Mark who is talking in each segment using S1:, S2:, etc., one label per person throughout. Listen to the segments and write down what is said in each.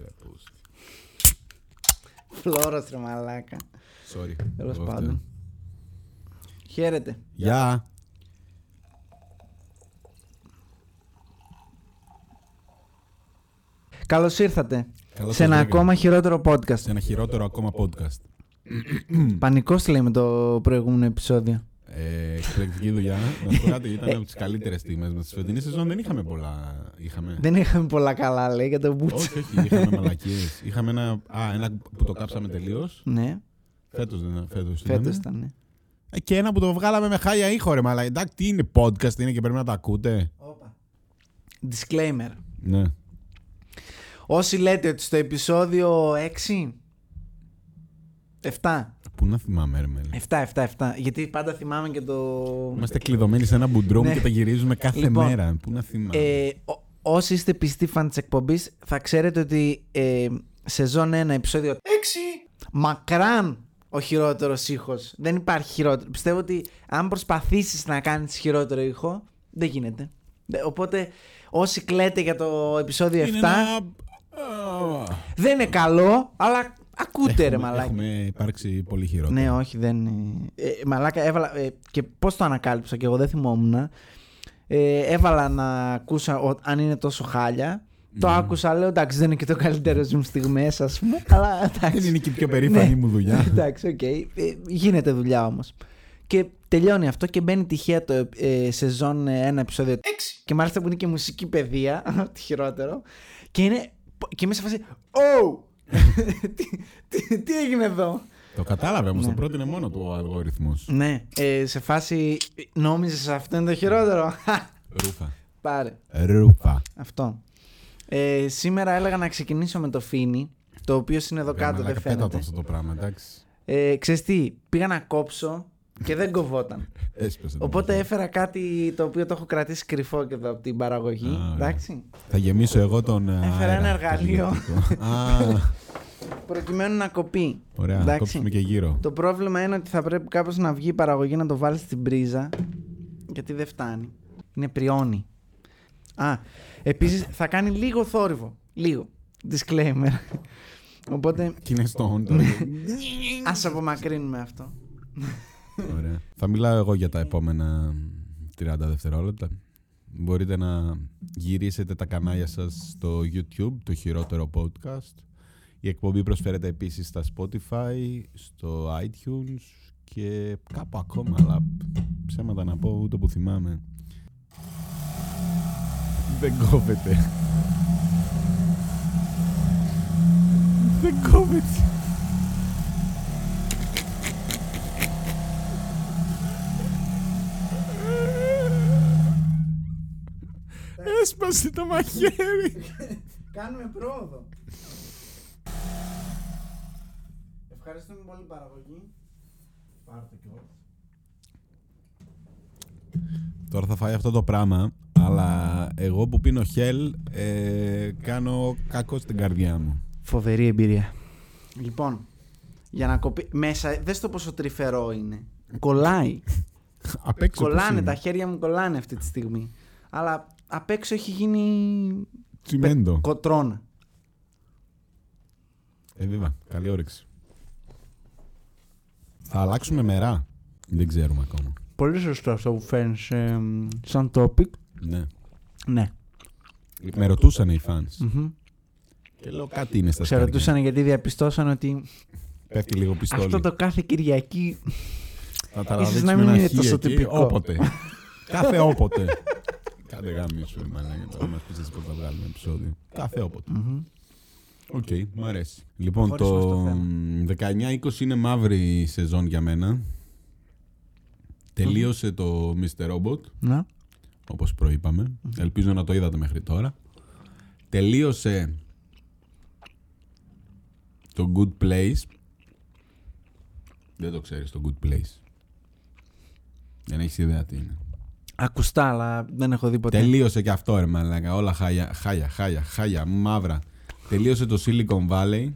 S1: Ρε, πούστη.
S2: Φλόρο ρε μαλάκα.
S1: Sorry.
S2: Τέλος
S1: Εγώ
S2: πάντων.
S1: φταίω.
S2: Χαίρετε.
S1: Γεια.
S2: Καλώς ήρθατε
S1: Καλώς
S2: σε ένα
S1: σας βρήκα.
S2: ακόμα χειρότερο podcast.
S1: Σε ένα χειρότερο ακόμα podcast.
S2: Πανικός λέμε το προηγούμενο επεισόδιο.
S1: Ε, Εξαιρετική δουλειά. Να σου πω κάτι,
S2: Ε,
S1: ήταν από τις καλύτερες στιγμές μας. Στη φετινή σεζόν δεν είχαμε πολλά. Είχαμε.
S2: Δεν είχαμε πολλά καλά, λέει για τον Μπούτσο.
S1: Όχι, όχι, είχαμε μαλακίες. Είχαμε ένα, α, ένα που το κάψαμε τελείως.
S2: Ναι,
S1: Φέτος δεν ήταν. Φέτος
S2: φέτο
S1: ήταν.
S2: ήταν. ναι.
S1: Ε, Και ένα που το βγάλαμε με χάλια ήχο, ρε μαλα. Εντάξει, τι είναι podcast, είναι και πρέπει να τα ακούτε.
S2: Disclaimer.
S1: Ναι.
S2: Όσοι λέτε ότι στο επεισόδιο 6. 7.
S1: Πού να θυμάμαι, ρε μέλη.
S2: 7, 7, 7. Γιατί πάντα θυμάμαι και το.
S1: Είμαστε κλειδωμένοι σε ένα μπουντρόμ
S2: Ναι.
S1: και τα γυρίζουμε κάθε
S2: Λοιπόν,
S1: μέρα. Πού να θυμάμαι.
S2: Ε, ό- όσοι είστε πιστοί φαν της εκπομπής, θα ξέρετε ότι ε, σεζόν 1, επεισόδιο 6. Μακράν ο χειρότερος ήχος. Δεν υπάρχει χειρότερο. Πιστεύω ότι αν προσπαθήσεις να κάνεις χειρότερο ήχο, δεν γίνεται. Δε- Οπότε, όσοι κλαίτε για το επεισόδιο 7,
S1: Είναι ένα- Α,
S2: δεν είναι καλό, αλλά ακούτε ρε
S1: έχουμε-
S2: μαλάκα.
S1: Έχουμε υπάρξει πολύ χειρότερο.
S2: Ναι, όχι, δεν. είναι. Ε, μαλάκα, έβαλα. ε, και πώς το ανακάλυψα και εγώ δεν θυμόμουν. Ε, έβαλα να ακούσω ο- αν είναι τόσο χάλια. Το άκουσα, λέω εντάξει, δεν είναι και το καλύτερο μου στιγμές, ας πούμε. Αλλά εντάξει.
S1: Δεν είναι και η πιο περήφανη
S2: Ναι.
S1: μου δουλειά.
S2: εντάξει, οκ. Ε, γίνεται δουλειά όμως. Και τελειώνει αυτό και μπαίνει τυχαία το ε, σεζόν 1 επεισόδιο 6. Και μάλιστα που είναι και μουσική παιδεία, το χειρότερο. Και είναι. Και είμαι σε φάση. Oh! τι, τι, τι έγινε εδώ.
S1: το κατάλαβε όμως, το πρώτο είναι μόνο του ο αλγόριθμος.
S2: Ναι, ε, σε φάση νόμιζες αυτό είναι το χειρότερο. Χα,
S1: Ρούφα.
S2: Πάρε.
S1: Ρούφα.
S2: Αυτό. Ε, σήμερα έλεγα να ξεκινήσω με το Φίνι, το οποίο είναι εδώ κάτω, δεν
S1: Ε, Πέτα το
S2: φαίνεται.
S1: αυτό το πράγμα, εντάξει.
S2: Ε, ξέρεις τι, πήγα να κόψω και δεν κοβόταν.
S1: Έσπασε. το
S2: Οπότε
S1: μαχαίρι.
S2: έφερα κάτι το οποίο το έχω κρατήσει κρυφό και εδώ από την παραγωγή.
S1: Α, ωραία.
S2: εντάξει.
S1: Θα γεμίσω εγώ τον. ε,
S2: Έφερα
S1: αέρα,
S2: ένα
S1: το
S2: εργαλείο.
S1: λιγνητικό. Α,
S2: Προκειμένου να κοπεί.
S1: ωραία, να
S2: Εντάξει.
S1: κόψουμε και γύρω.
S2: Το πρόβλημα είναι ότι θα πρέπει κάπως να βγει η παραγωγή να το βάλει στην πρίζα γιατί δεν φτάνει. Είναι πριόνι. Α, επίσης θα κάνει λίγο θόρυβο. Λίγο. Disclaimer. Οπότε
S1: Και είναι στο on τώρα.
S2: ας απομακρύνουμε αυτό.
S1: Ωραία. Θα μιλάω εγώ για τα επόμενα 30 δευτερόλεπτα. Μπορείτε να γυρίσετε τα κανάλια σας στο YouTube, το χειρότερο podcast. Η εκπομπή προσφέρεται επίσης στα Spotify, στο iTunes και κάπου ακόμα, αλλά ψέματα να πω ούτε που θυμάμαι. Δεν κόβεται. Δεν κόβεται. Έσπασε το μαχαίρι.
S2: Κάνουμε πρόοδο. Ευχαριστούμε πολύ παραγωγή. Πάρτε κιόλας.
S1: Τώρα θα φάει αυτό το πράγμα, αλλά εγώ που πίνω χέλ ε, κάνω κακό στην καρδιά μου.
S2: Φοβερή εμπειρία. Λοιπόν, για να κοπεί. Μέσα, δες το πόσο τρυφερό είναι. Κολλάει.
S1: Απ' έξω πώς
S2: κολλάνε,
S1: είναι.
S2: τα χέρια μου κολλάνε αυτή τη στιγμή. Αλλά απ' έξω έχει γίνει.
S1: Τσιμέντο.
S2: Κοτρώνα.
S1: Ε, βέβαια. Καλή όρεξη. Θα αλλάξουμε μερά. Δεν ξέρουμε ακόμα.
S2: Πολύ σωστό αυτό που φέρνει σαν topic.
S1: Ναι.
S2: Ναι.
S1: Με ρωτούσαν οι fans.
S2: Μμμ.
S1: Και λέω κάτι είναι στα
S2: Σε
S1: σκαριά.
S2: ρωτούσαν γιατί διαπιστώσαν ότι
S1: Πέφτει λίγο πιστόλι.
S2: αυτό το κάθε Κυριακή.
S1: Θα ταραδείξουμε
S2: ίσως να μην
S1: ένα
S2: είναι
S1: χ
S2: τόσο
S1: εκεί,
S2: τυπικό.
S1: Όποτε. Κάθε όποτε. Κάντε γάμι σου, μάνα, τώρα μας πεις πώς θα βγάλουμε επεισόδιο. Κάθε όποτε.
S2: Μμμ.
S1: Οκ, μου αρέσει. Λοιπόν,
S2: Χωρίς μας το
S1: το 19-20 είναι μαύρη σεζόν για μένα. Τελείωσε το Mr. Robot,
S2: Να.
S1: όπως προειπαμε Ελπίζω να το είδατε μέχρι τώρα. Τελείωσε το Good Place. Δεν το ξέρεις το Good Place. Δεν έχεις ιδέα τι είναι.
S2: Ακουστά, αλλά δεν έχω δει ποτέ.
S1: Τελείωσε και αυτό, ρε μαλάκα. Όλα χάλια, χάλια, χάλια, χάλια, μαύρα. Τελείωσε το Silicon Valley.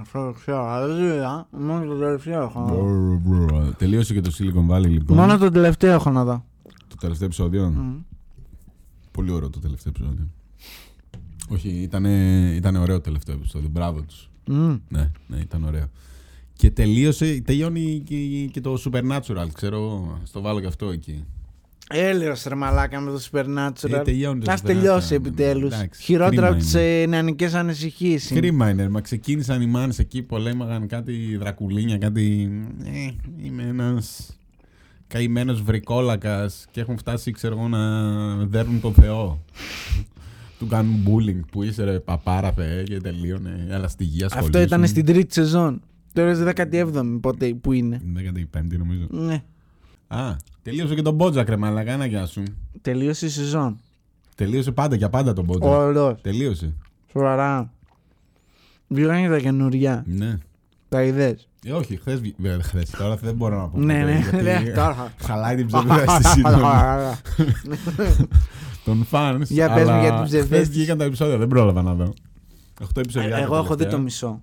S2: Αυτό το ξέρω. αλλά δεν είδα. Μόνο το τελευταίο έχω να δω.
S1: Τελείωσε και το Silicon Valley λοιπόν.
S2: Μόνο το τελευταίο έχω να δω.
S1: Το τελευταίο επεισόδιο.
S2: Μμ.
S1: Πολύ ωραίο το τελευταίο επεισόδιο. Όχι, ήτανε, ήτανε ωραίο το τελευταίο επεισόδιο. Μπράβο τους.
S2: Μμμ.
S1: Ναι, ναι, ήταν ωραίο. Και τελείωσε, τελειώνει και, και το Supernatural, ξέρω εγώ. Στο βάλω και αυτό εκεί.
S2: Έλεος ρε μαλάκα με το Supernatural.
S1: Ε, τελειώνεις το
S2: Ας
S1: Supernatural,
S2: τελειώσει
S1: ναι,
S2: επιτέλους.
S1: εντάξει,
S2: Χειρότερα
S1: κρίμα
S2: από τις
S1: είναι.
S2: ε, νεανικές ανησυχίες. είναι.
S1: Κρίμα είναι, μα ξεκίνησαν οι μάνες εκεί, πολέμαγαν κάτι δρακουλίνια, κάτι... Ε, είμαι ένας καημένος βρικόλακας και έχουν φτάσει, ξέρω εγώ, να δέρνουν τον Θεό. Του κάνουν bullying που είσαι ρε παπάρα Θεέ και τελείωνε, αλλά στη γη
S2: Αυτό
S1: ασχολήσουν.
S2: ήταν στην τρίτη σεζόν. Τώρα είναι 17η πότε που είναι.
S1: 15η νομίζω.
S2: Ναι.
S1: Α, τελείωσε και τον Μπότζακ ρε μαλακά, να γεια σου.
S2: Τελείωσε η σεζόν.
S1: Τελείωσε πάντα για πάντα τον Μπότζακ.
S2: Ωραίος.
S1: Τελείωσε.
S2: Σοβαρά. Βγήκαν και τα καινούρια.
S1: Ναι.
S2: Τα είδες.
S1: Ε, όχι, χθες. Χθες, τώρα δεν μπορώ να πω.
S2: Ναι,
S1: ποτέ,
S2: ναι,
S1: γιατί
S2: ναι, τώρα.
S1: Χαλάει την ψευδέστηση των- των fans.
S2: Για πες μου
S1: αλλά
S2: για την ψευδαίσθηση.
S1: χθες βγήκαν τα επεισόδια, δεν πρόλαβα να δω. 8 επεισόδια.
S2: Ε, Εγώ έχω δει το μισό.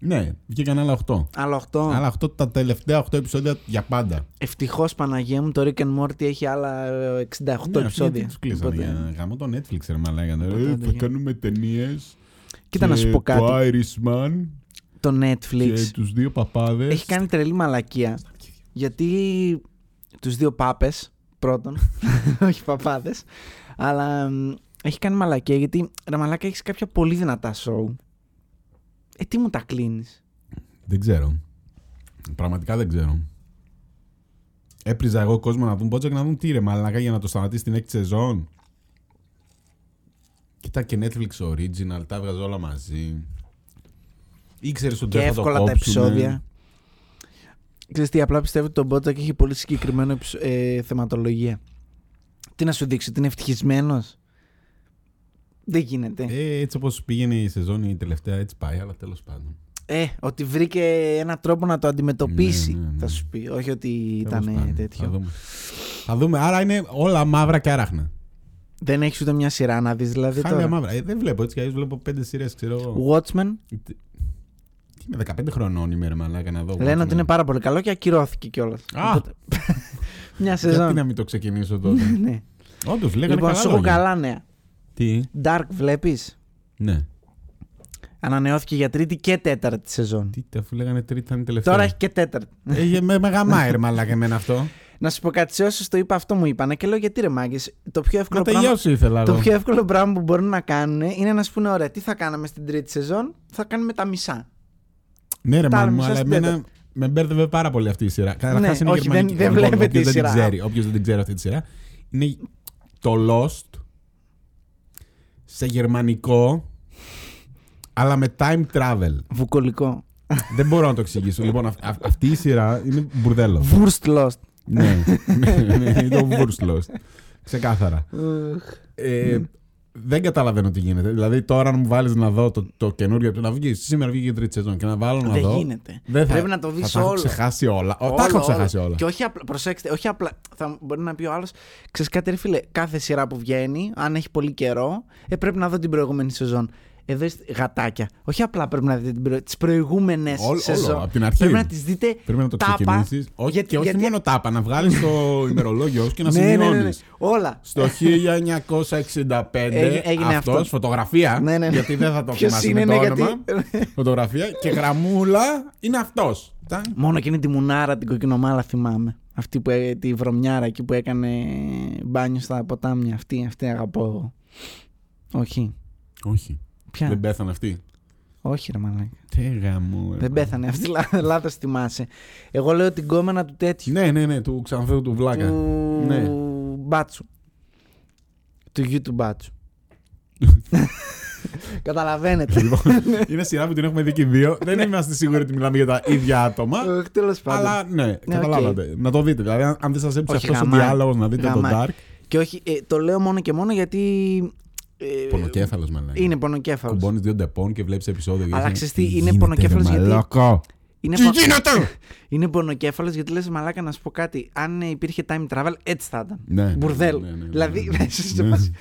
S1: Ναι, βγήκαν άλλα 8.
S2: Άλλο 8.
S1: Άλλα 8 τα τελευταία 8 επεισόδια για πάντα.
S2: Ευτυχώς Παναγία μου το Rick and Morty έχει άλλα ε, 68
S1: Ναι,
S2: επεισόδια.
S1: Τους κλείσανε. ε.
S2: Οπότε-
S1: για- Γαμώ το Netflix, ρε μαλάκα.
S2: Οπότε,
S1: Ε, Θα
S2: παιδιά.
S1: κάνουμε ταινίες.
S2: Κοίτα να σου πω
S1: Το
S2: κάτι.
S1: Irishman
S2: Το
S1: και
S2: Netflix
S1: τους δύο παπάδες.
S2: έχει κάνει τρελή μαλακία. Γιατί τους δύο πάπες πρώτον, όχι παπάδες, αλλά μ, έχει κάνει μαλακία γιατί ρε μαλάκα έχεις κάποια πολύ δυνατά σοου. Ε, τι μου τα κλείνεις.
S1: Δεν ξέρω. Πραγματικά δεν ξέρω. Έπριζα εγώ κόσμο να δουν Bojack να δουν τι ρε μαλάκα για να το σταματήσει την έκτη σεζόν. Κοίτα και Netflix Original, τα έβγαζε όλα μαζί. Ήξερε ότι
S2: Και
S1: δεν θα το
S2: εύκολα τα
S1: κόψουνε.
S2: επεισόδια. Ξέρεις τι, απλά πιστεύω ότι το Bojack έχει πολύ συγκεκριμένο επεισο- ε, θεματολογία. Τι να σου δείξω, ότι είναι ευτυχισμένος. Δεν γίνεται.
S1: Ε, έτσι όπως πήγαινε η σεζόν η τελευταία, έτσι πάει, αλλά τέλος πάντων.
S2: Ε, ότι βρήκε ένα τρόπο να το αντιμετωπίσει,
S1: Ναι, ναι, ναι.
S2: θα σου πει. Όχι ότι
S1: Τέλος
S2: ήταν
S1: πάντων. Θα
S2: τέτοιο.
S1: δούμε. θα δούμε. Άρα είναι όλα μαύρα και άραχνα.
S2: Δεν έχεις ούτε μια σειρά να δεις, δηλαδή.
S1: Χάλια
S2: Τώρα.
S1: μαύρα. Ε, δεν βλέπω έτσι κι αλλιώς βλέπω πέντε σειρές, ξέρω εγώ.
S2: Watchmen
S1: Είμαι 15 χρονών ημέρα, μαλάκα να δω.
S2: λένε ότι
S1: Watchmen.
S2: είναι πάρα πολύ καλό και ακυρώθηκε κιόλας.
S1: ναι. Α!
S2: μια
S1: Γιατί
S2: σεζόν.
S1: να μην το ξεκινήσω τότε.
S2: ναι.
S1: Όντως, λέγανε
S2: Λοιπόν,
S1: καλά,
S2: σου έχω
S1: λόγια.
S2: καλά νέα.
S1: Τι.
S2: Dark, βλέπεις.
S1: Ναι.
S2: Ανανεώθηκε για τρίτη και τέταρτη σεζόν.
S1: Τι, αφού λέγανε τρίτη θα είναι τελευταία.
S2: Τώρα έχει και τέταρτη.
S1: Έχει με μεγαμάει, ρε μαλάκα εμένα αυτό.
S2: Να σου πω κάτι, σε όσους το είπα, αυτό μου είπανε και λέω γιατί ρε μάγκες. Το πιο εύκολο
S1: Να
S2: πράγμα
S1: τελειώσω ήθελα
S2: Το
S1: εγώ.
S2: πιο εύκολο πράγμα που μπορούν να κάνουν είναι να σου πούνε: Ωραία, τι θα κάναμε στην τρίτη σεζόν, θα κάνουμε τα μισά.
S1: Ναι, ρε
S2: Τα
S1: μάλλον,
S2: μισά
S1: αλλά
S2: στην
S1: εμένα με μπέρδευε πάρα πολύ αυτή η σειρά. Καταρχάς
S2: Ναι,
S1: είναι
S2: όχι,
S1: γερμανική.
S2: δεν- δεν
S1: Λοιπόν,
S2: βλέπετε
S1: όποιος
S2: η
S1: δεν
S2: σειρά.
S1: την ξέρει- Όποιος δεν την ξέρει αυτή τη σειρά. Είναι το Lost σε γερμανικό αλλά με time travel.
S2: Βουκολικό.
S1: δεν μπορώ να το εξηγήσω. λοιπόν, αυ- αυ- αυτή η σειρά είναι μπουρδέλο.
S2: Wurst lost.
S1: ναι, ναι, ναι, είναι το Wurst Lost. Ξεκάθαρα.
S2: Ναι.
S1: Ε, δεν καταλαβαίνω τι γίνεται. Δηλαδή, τώρα αν μου βάλεις να δω το, το καινούριο του να βγει, σήμερα βγήκε η τρίτη σεζόν και να βάλω να
S2: Δεν
S1: δω.
S2: γίνεται.
S1: δεν θα-
S2: Πρέπει να το δεις
S1: θα τα έχω
S2: όλο.
S1: ξεχάσει όλα. Ο,
S2: Όλο,
S1: τα έχω
S2: όλο.
S1: ξεχάσει όλα.
S2: Και όχι απλά, προσέξτε, όχι απλά. Θα μου- μπορεί να πει ο άλλος, ξέρεις κάτι, ρε φίλε, κάθε σειρά που βγαίνει, αν έχει πολύ καιρό, ε, πρέπει να δω την προηγούμενη σεζόν. Εδώ είστε γατάκια. Όχι απλά πρέπει να δείτε προ... τις προηγούμενες
S1: Όλο- όλο,
S2: σεζόν.
S1: απ' την αρχή.
S2: Πρέπει να τις δείτε.
S1: Πρέπει να το
S2: τάπα.
S1: ξεκινήσεις. Όχι,
S2: Γιατί-
S1: και όχι
S2: γιατί-
S1: μόνο τάπα, να βγάλεις το ημερολόγιο σου και να
S2: ναι, ναι, ναι,
S1: σημειώνει.
S2: ναι, Όλα.
S1: Στο 1965
S2: Έγι- έγινε
S1: αυτός,
S2: αυτό.
S1: φωτογραφία.
S2: Ναι, ναι, ναι.
S1: Γιατί δεν θα το
S2: Ποιος
S1: θυμάσαι με
S2: είναι,
S1: το
S2: ναι,
S1: όνομα. φωτογραφία και γραμμούλα είναι αυτός.
S2: Μόνο εκείνη τη μουνάρα την κοκκινομάλα θυμάμαι. Αυτή που, έ- τη βρωμιάρα εκεί που έκανε μπάνιο στα ποτάμια. Αυτή, αυτή αγαπώ εγώ. Όχι.
S1: Όχι.
S2: Ποια.
S1: Δεν πέθανε αυτή.
S2: Όχι, ρε μαλάκα.
S1: Τι γαμού. ρε,
S2: Δεν πέθανε. Αυτή λάθος θυμάσαι. Εγώ λέω την κόμενα του τέτοιου.
S1: Ναι, ναι, ναι, του ξανθέου του βλάκα.
S2: Του
S1: Ναι.
S2: μπάτσου. Του γιου του μπάτσου. Καταλαβαίνετε.
S1: Λοιπόν, είναι σειρά που την έχουμε δει και οι δύο. Δεν είμαστε σίγουροι ότι μιλάμε για τα ίδια άτομα.
S2: Τέλο Ε, πάντων.
S1: αλλά ναι, καταλάβατε. Να το δείτε. Δηλαδή, αν- αν δεν σας
S2: Όχι,
S1: έψει αυτός ο
S2: γαμάει.
S1: διάλογος να δείτε το
S2: Γαμάει.
S1: Dark.
S2: Και όχι, ε, το λέω μόνο και μόνο γιατί. ε,
S1: Πονοκέφαλος με λένε.
S2: Είναι πονοκέφαλος.
S1: Κουμπώνεις δύο ντεπών και βλέπεις επεισόδιο. και
S2: Αλλά
S1: λες,
S2: ξέρεις τι, είναι
S1: γίνεται, ρε
S2: πονοκέφαλος γιατί-
S1: μαλάκα.
S2: Είναι,
S1: Τι
S2: πο-
S1: γίνεται!
S2: είναι πονοκέφαλος γιατί λες μαλάκα να σου πω κάτι. Αν ε, υπήρχε time travel, έτσι θα ήταν.
S1: Ναι, ναι,
S2: Μπουρδέλ.
S1: ναι, ναι, ναι, ναι.
S2: Δηλαδή,
S1: Ναι.
S2: σε φάση,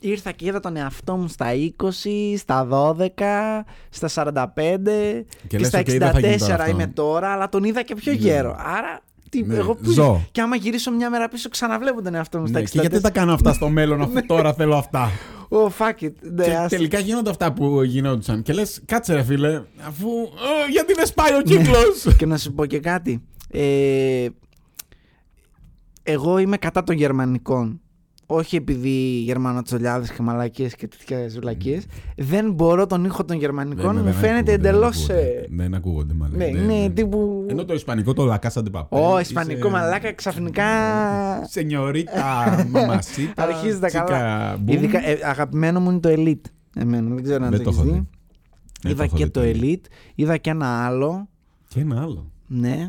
S2: ήρθα και είδα τον εαυτό μου στα 20, στα 12, στα 45 και,
S1: λες,
S2: στα
S1: «Οκ, δεν θα γίνει τώρα
S2: 64
S1: αυτό».
S2: είμαι τώρα, αλλά τον είδα και πιο
S1: Ναι.
S2: γέρο. Άρα Τι,
S1: Ναι,
S2: εγώ πού-
S1: ζω.
S2: Και άμα γυρίσω μια μέρα πίσω, ξαναβλέπω τον εαυτό μου στα
S1: Ναι,
S2: 64.
S1: και γιατί τα κάνω αυτά στο μέλλον, αφού τώρα θέλω αυτά.
S2: Oh, fuck it. Ναι,
S1: Και
S2: ας-
S1: τελικά γίνονται αυτά που γινόντουσαν. Και λες, κάτσε ρε φίλε, αφού. ε, γιατί δεν σπάει ο κύκλος.
S2: Και να σου πω και κάτι. Ε, εγώ είμαι κατά των γερμανικών. Όχι επειδή γερμανοτσολιάδες και μαλακίες και τέτοιες βλακίες. Δεν μπορώ τον ήχο των
S1: Ναι,
S2: γερμανικών. μου φαίνεται εντελώς... ε,
S1: Δεν ακούγονται μάλλον.
S2: Ναι,
S1: Δεν-
S2: είναι
S1: δεν-
S2: τύπου...
S1: Ενώ το ισπανικό το λακάσα την παπέλα.
S2: Ω, ισπανικό μαλάκα ξαφνικά...
S1: Σενιωρίτα, μαμασίτα.
S2: Αρχίζεις τα
S1: τσίκα,
S2: καλά.
S1: μπουμ.
S2: Ειδικά, ε, αγαπημένο μου είναι το Elite. Εμένα, δεν ξέρω αν
S1: Δεν
S2: το
S1: το
S2: έχεις
S1: έχω
S2: δει.
S1: δει.
S2: Είδα
S1: έχω
S2: και
S1: δει
S2: το Elite. Είδα και ένα άλλο.
S1: Και ένα άλλο.
S2: Ναι.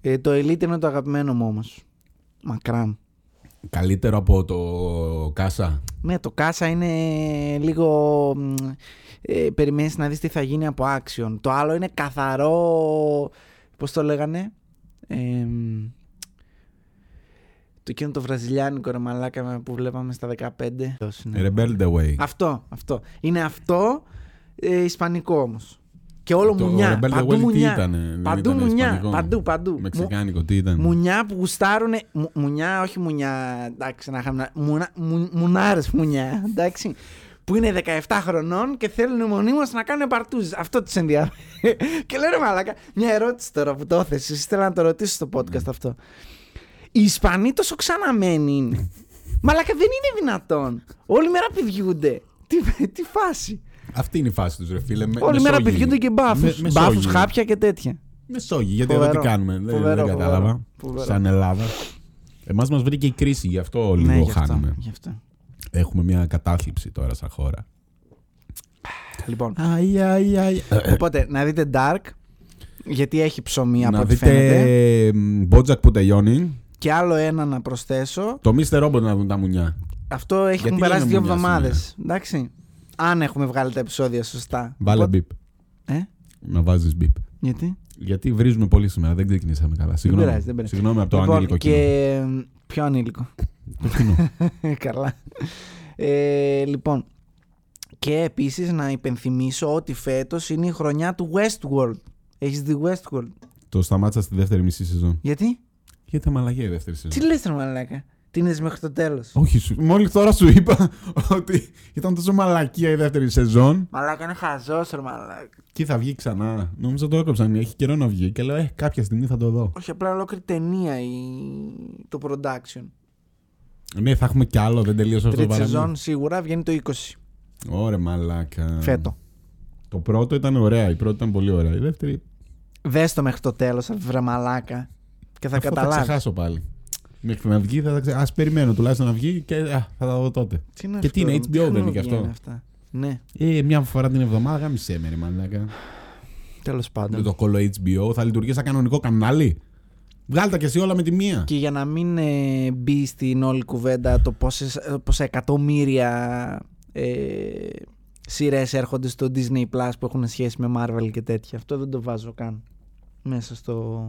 S2: Ε, το Elite είναι το αγαπημένο μου όμως. Μακράν.
S1: Καλύτερο από το Κάσα.
S2: Ναι, το κάσα είναι λίγο... μ, Ε, περιμένεις να δεις τι θα γίνει από action. Το άλλο είναι καθαρό... Πώς το λέγανε? Ε, μ, το εκείνο το βραζιλιάνικο ρε μαλάκα με- που βλέπαμε στα 15. Ποιος είναι?
S1: Rebel the Way.
S2: Αυτό, αυτό. Είναι αυτό ε, ισπανικό όμως. Και όλο
S1: Ε, Το
S2: μουνιά.
S1: Rebel the
S2: Παντού
S1: Way τι
S2: μουνιά.
S1: ήτανε, δεν
S2: παντού
S1: ήτανε
S2: μουνιά.
S1: ισπανικό.
S2: Παντού, παντού. Μου-
S1: Μεξικάνικο, τι ήταν.
S2: Μουνιά που γουστάρουνε. Μου, μουνιά, όχι μουνιά. Εντάξει, να είχαμε. Μουνά, μου, μουνάρες μουνιά. Εντάξει. Που είναι 17 χρονών και θέλουν μονίμω να κάνουν παρτούζες. Αυτό τους ενδιαφέρει. και λέω ρε Μαλάκα, μια ερώτηση τώρα που το έθεσες. Ήθελα να το ρωτήσω στο
S1: Ναι.
S2: podcast αυτό. Οι Ισπανοί τόσο ξαναμένοι είναι. Μαλάκα δεν είναι δυνατόν. Όλη μέρα πηδιούνται. Τι, τι φάση.
S1: Αυτή είναι η φάση τους, ρε φίλε. με-
S2: Όλη μέρα
S1: μεσόγειοι.
S2: πηδιούνται και μπάφου.
S1: Με-
S2: Μπάφου,
S1: μεσόγειοι.
S2: χάπια και τέτοια.
S1: Μεσόγειοι, γιατί
S2: Φοβερό.
S1: εδώ τι κάνουμε. δεν-
S2: Φοβερό,
S1: Δεν κατάλαβα.
S2: φοβερό. Ναι,
S1: Σαν Ελλάδα. Εμάς μας βρήκε η κρίση, γι' αυτό λίγο
S2: γι' αυτό,
S1: χάνουμε.
S2: γι' αυτό.
S1: Έχουμε μια κατάθλιψη τώρα σαν χώρα.
S2: Λοιπόν,
S1: Αϊ, αϊ, αϊ.
S2: Οπότε να δείτε Dark γιατί έχει ψωμί από
S1: Να
S2: ό,τι φαίνεται.
S1: δείτε Μπότζακ που τελειώνει.
S2: Και άλλο ένα να προσθέσω.
S1: Το Mr. Robot να δουν τα μουνιά.
S2: Αυτό έχει
S1: Γιατί ναι.
S2: έχουν περάσει
S1: λέμε
S2: δύο
S1: μια
S2: εβδομάδες. Εντάξει. Αν έχουμε βγάλει τα επεισόδια σωστά.
S1: Βάλε
S2: Οπότε-
S1: μπιπ.
S2: Ε,
S1: Να βάζεις μπιπ.
S2: γιατί.
S1: Γιατί βρίζουμε πολύ σήμερα, δεν ξεκινήσαμε καλά. Συγγνώμη,
S2: πειράζει, δεν πειράζει.
S1: Συγγνώμη από το
S2: Λοιπόν,
S1: ανήλικο
S2: και...
S1: κοινό.
S2: ε, Ποιο ανήλικο.
S1: Το κοινό.
S2: Καλά. Ε, λοιπόν. Και επίσης να υπενθυμίσω ότι φέτος είναι η χρονιά του Westworld. Έχεις δει Westworld.
S1: Το σταμάτησα στη δεύτερη μισή σεζόν.
S2: Γιατί.
S1: Γιατί τα μαλαγία η δεύτερη σεζόν.
S2: Τι λες ρε μαλάκα. Την είδες μέχρι το τέλος.
S1: Όχι, σου... μόλις τώρα σου είπα ότι ήταν τόσο μαλακία η δεύτερη σεζόν.
S2: Μαλάκα είναι χαζός ρε μαλάκα.
S1: Και θα βγει ξανά. Νόμιζα το έκοψαν. Έχει καιρό να βγει. Και λέω, Ε, κάποια στιγμή θα το δω.
S2: Όχι, απλά ολόκληρη ταινία η... το production.
S1: Ναι, θα έχουμε κι άλλο. Δεν τελείωσε αυτό το
S2: Τρίτη
S1: παραμύθι.
S2: σεζόν σίγουρα βγαίνει το 20
S1: Ωραία, μαλάκα.
S2: φέτο.
S1: Το πρώτο ήταν ωραία. Η πρώτη ήταν πολύ ωραία. Η δεύτερη.
S2: Δες το μέχρι το τέλος, βρε μαλάκα. Και θα
S1: αυτό Θα
S2: καταλάβεις.
S1: ξεχάσω πάλι. Μέχρι να βγει, θα τα ξε... ας περιμένω τουλάχιστον να βγει και α, θα τα δω τότε.
S2: Τι είναι
S1: Και
S2: αυτό,
S1: τι είναι,
S2: ρε,
S1: HBO δεν είναι
S2: ξεχνά
S1: και αυτό.
S2: βγαίνουν αυτά. Ναι,
S1: Ε, μια φορά την εβδομάδα γάμισε με, ρε μαλάκα.
S2: τέλος
S1: Με
S2: πάντων.
S1: το κόλλο HBO θα λειτουργεί σαν κανονικό κανάλι. Βγάλτε κι εσύ όλα με τη μία.
S2: Και για να μην ε, μπει στην όλη κουβέντα το πόσες, ε, πόσα εκατομμύρια ε, σειρές έρχονται στο Disney Plus που έχουν σχέση με Marvel και τέτοια. Αυτό δεν το βάζω καν μέσα στο,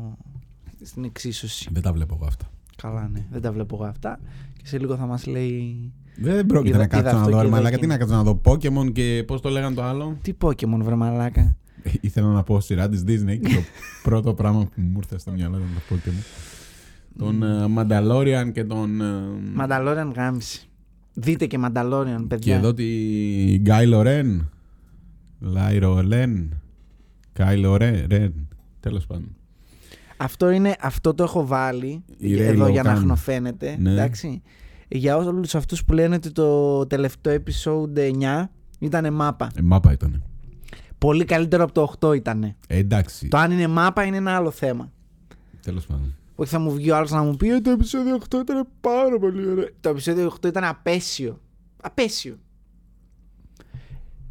S2: στην εξίσωση.
S1: Δεν τα βλέπω εγώ αυτά.
S2: Καλά, ναι. Δεν τα βλέπω εγώ αυτά. Και σε λίγο θα μας λέει.
S1: Δεν πρόκειται
S2: Είδα-
S1: να κάτσω
S2: είδα
S1: να
S2: αυτό
S1: δω,
S2: και
S1: ρε
S2: είδα
S1: μαλάκα. Τι
S2: εκείνο.
S1: να κάτσω να δω, Pokemon και πώς το λέγανε το άλλο.
S2: Τι Pokémon, βρε μαλάκα.
S1: Ε, Ήθελα να πω σειρά της Disney και το πρώτο πράγμα που μου ήρθε στο μυαλό ήταν το Pokemon. Τον ε, Mandalorian και τον. ε,
S2: Mandalorian γάμισε. Δείτε και Mandalorian,
S1: Και
S2: παιδιά.
S1: εδώ τη Γκάιλο Ρεν. Λάιρο Λεν. Κάιλο Ρε- Ρεν. Τέλος πάντων.
S2: Αυτό, είναι, αυτό το έχω βάλει.
S1: Η
S2: εδώ
S1: Ray
S2: για να
S1: Locan.
S2: χνοφαίνεται.
S1: Ναι.
S2: Εντάξει. Για όλους αυτούς που λένε ότι το τελευταίο episode 9 ήταν μάπα.
S1: Ε, μάπα ήταν.
S2: Πολύ καλύτερο από το 8 ήταν.
S1: Ε, εντάξει.
S2: Το αν είναι μάπα είναι ένα άλλο θέμα.
S1: Τέλος πάντων.
S2: Όχι, θα μου βγει ο άλλος να μου πει «Ε, Το επεισόδιο 8 ήταν πάρα πολύ ωραίο. Το επεισόδιο 8 ήταν απέσιο. Απέσιο.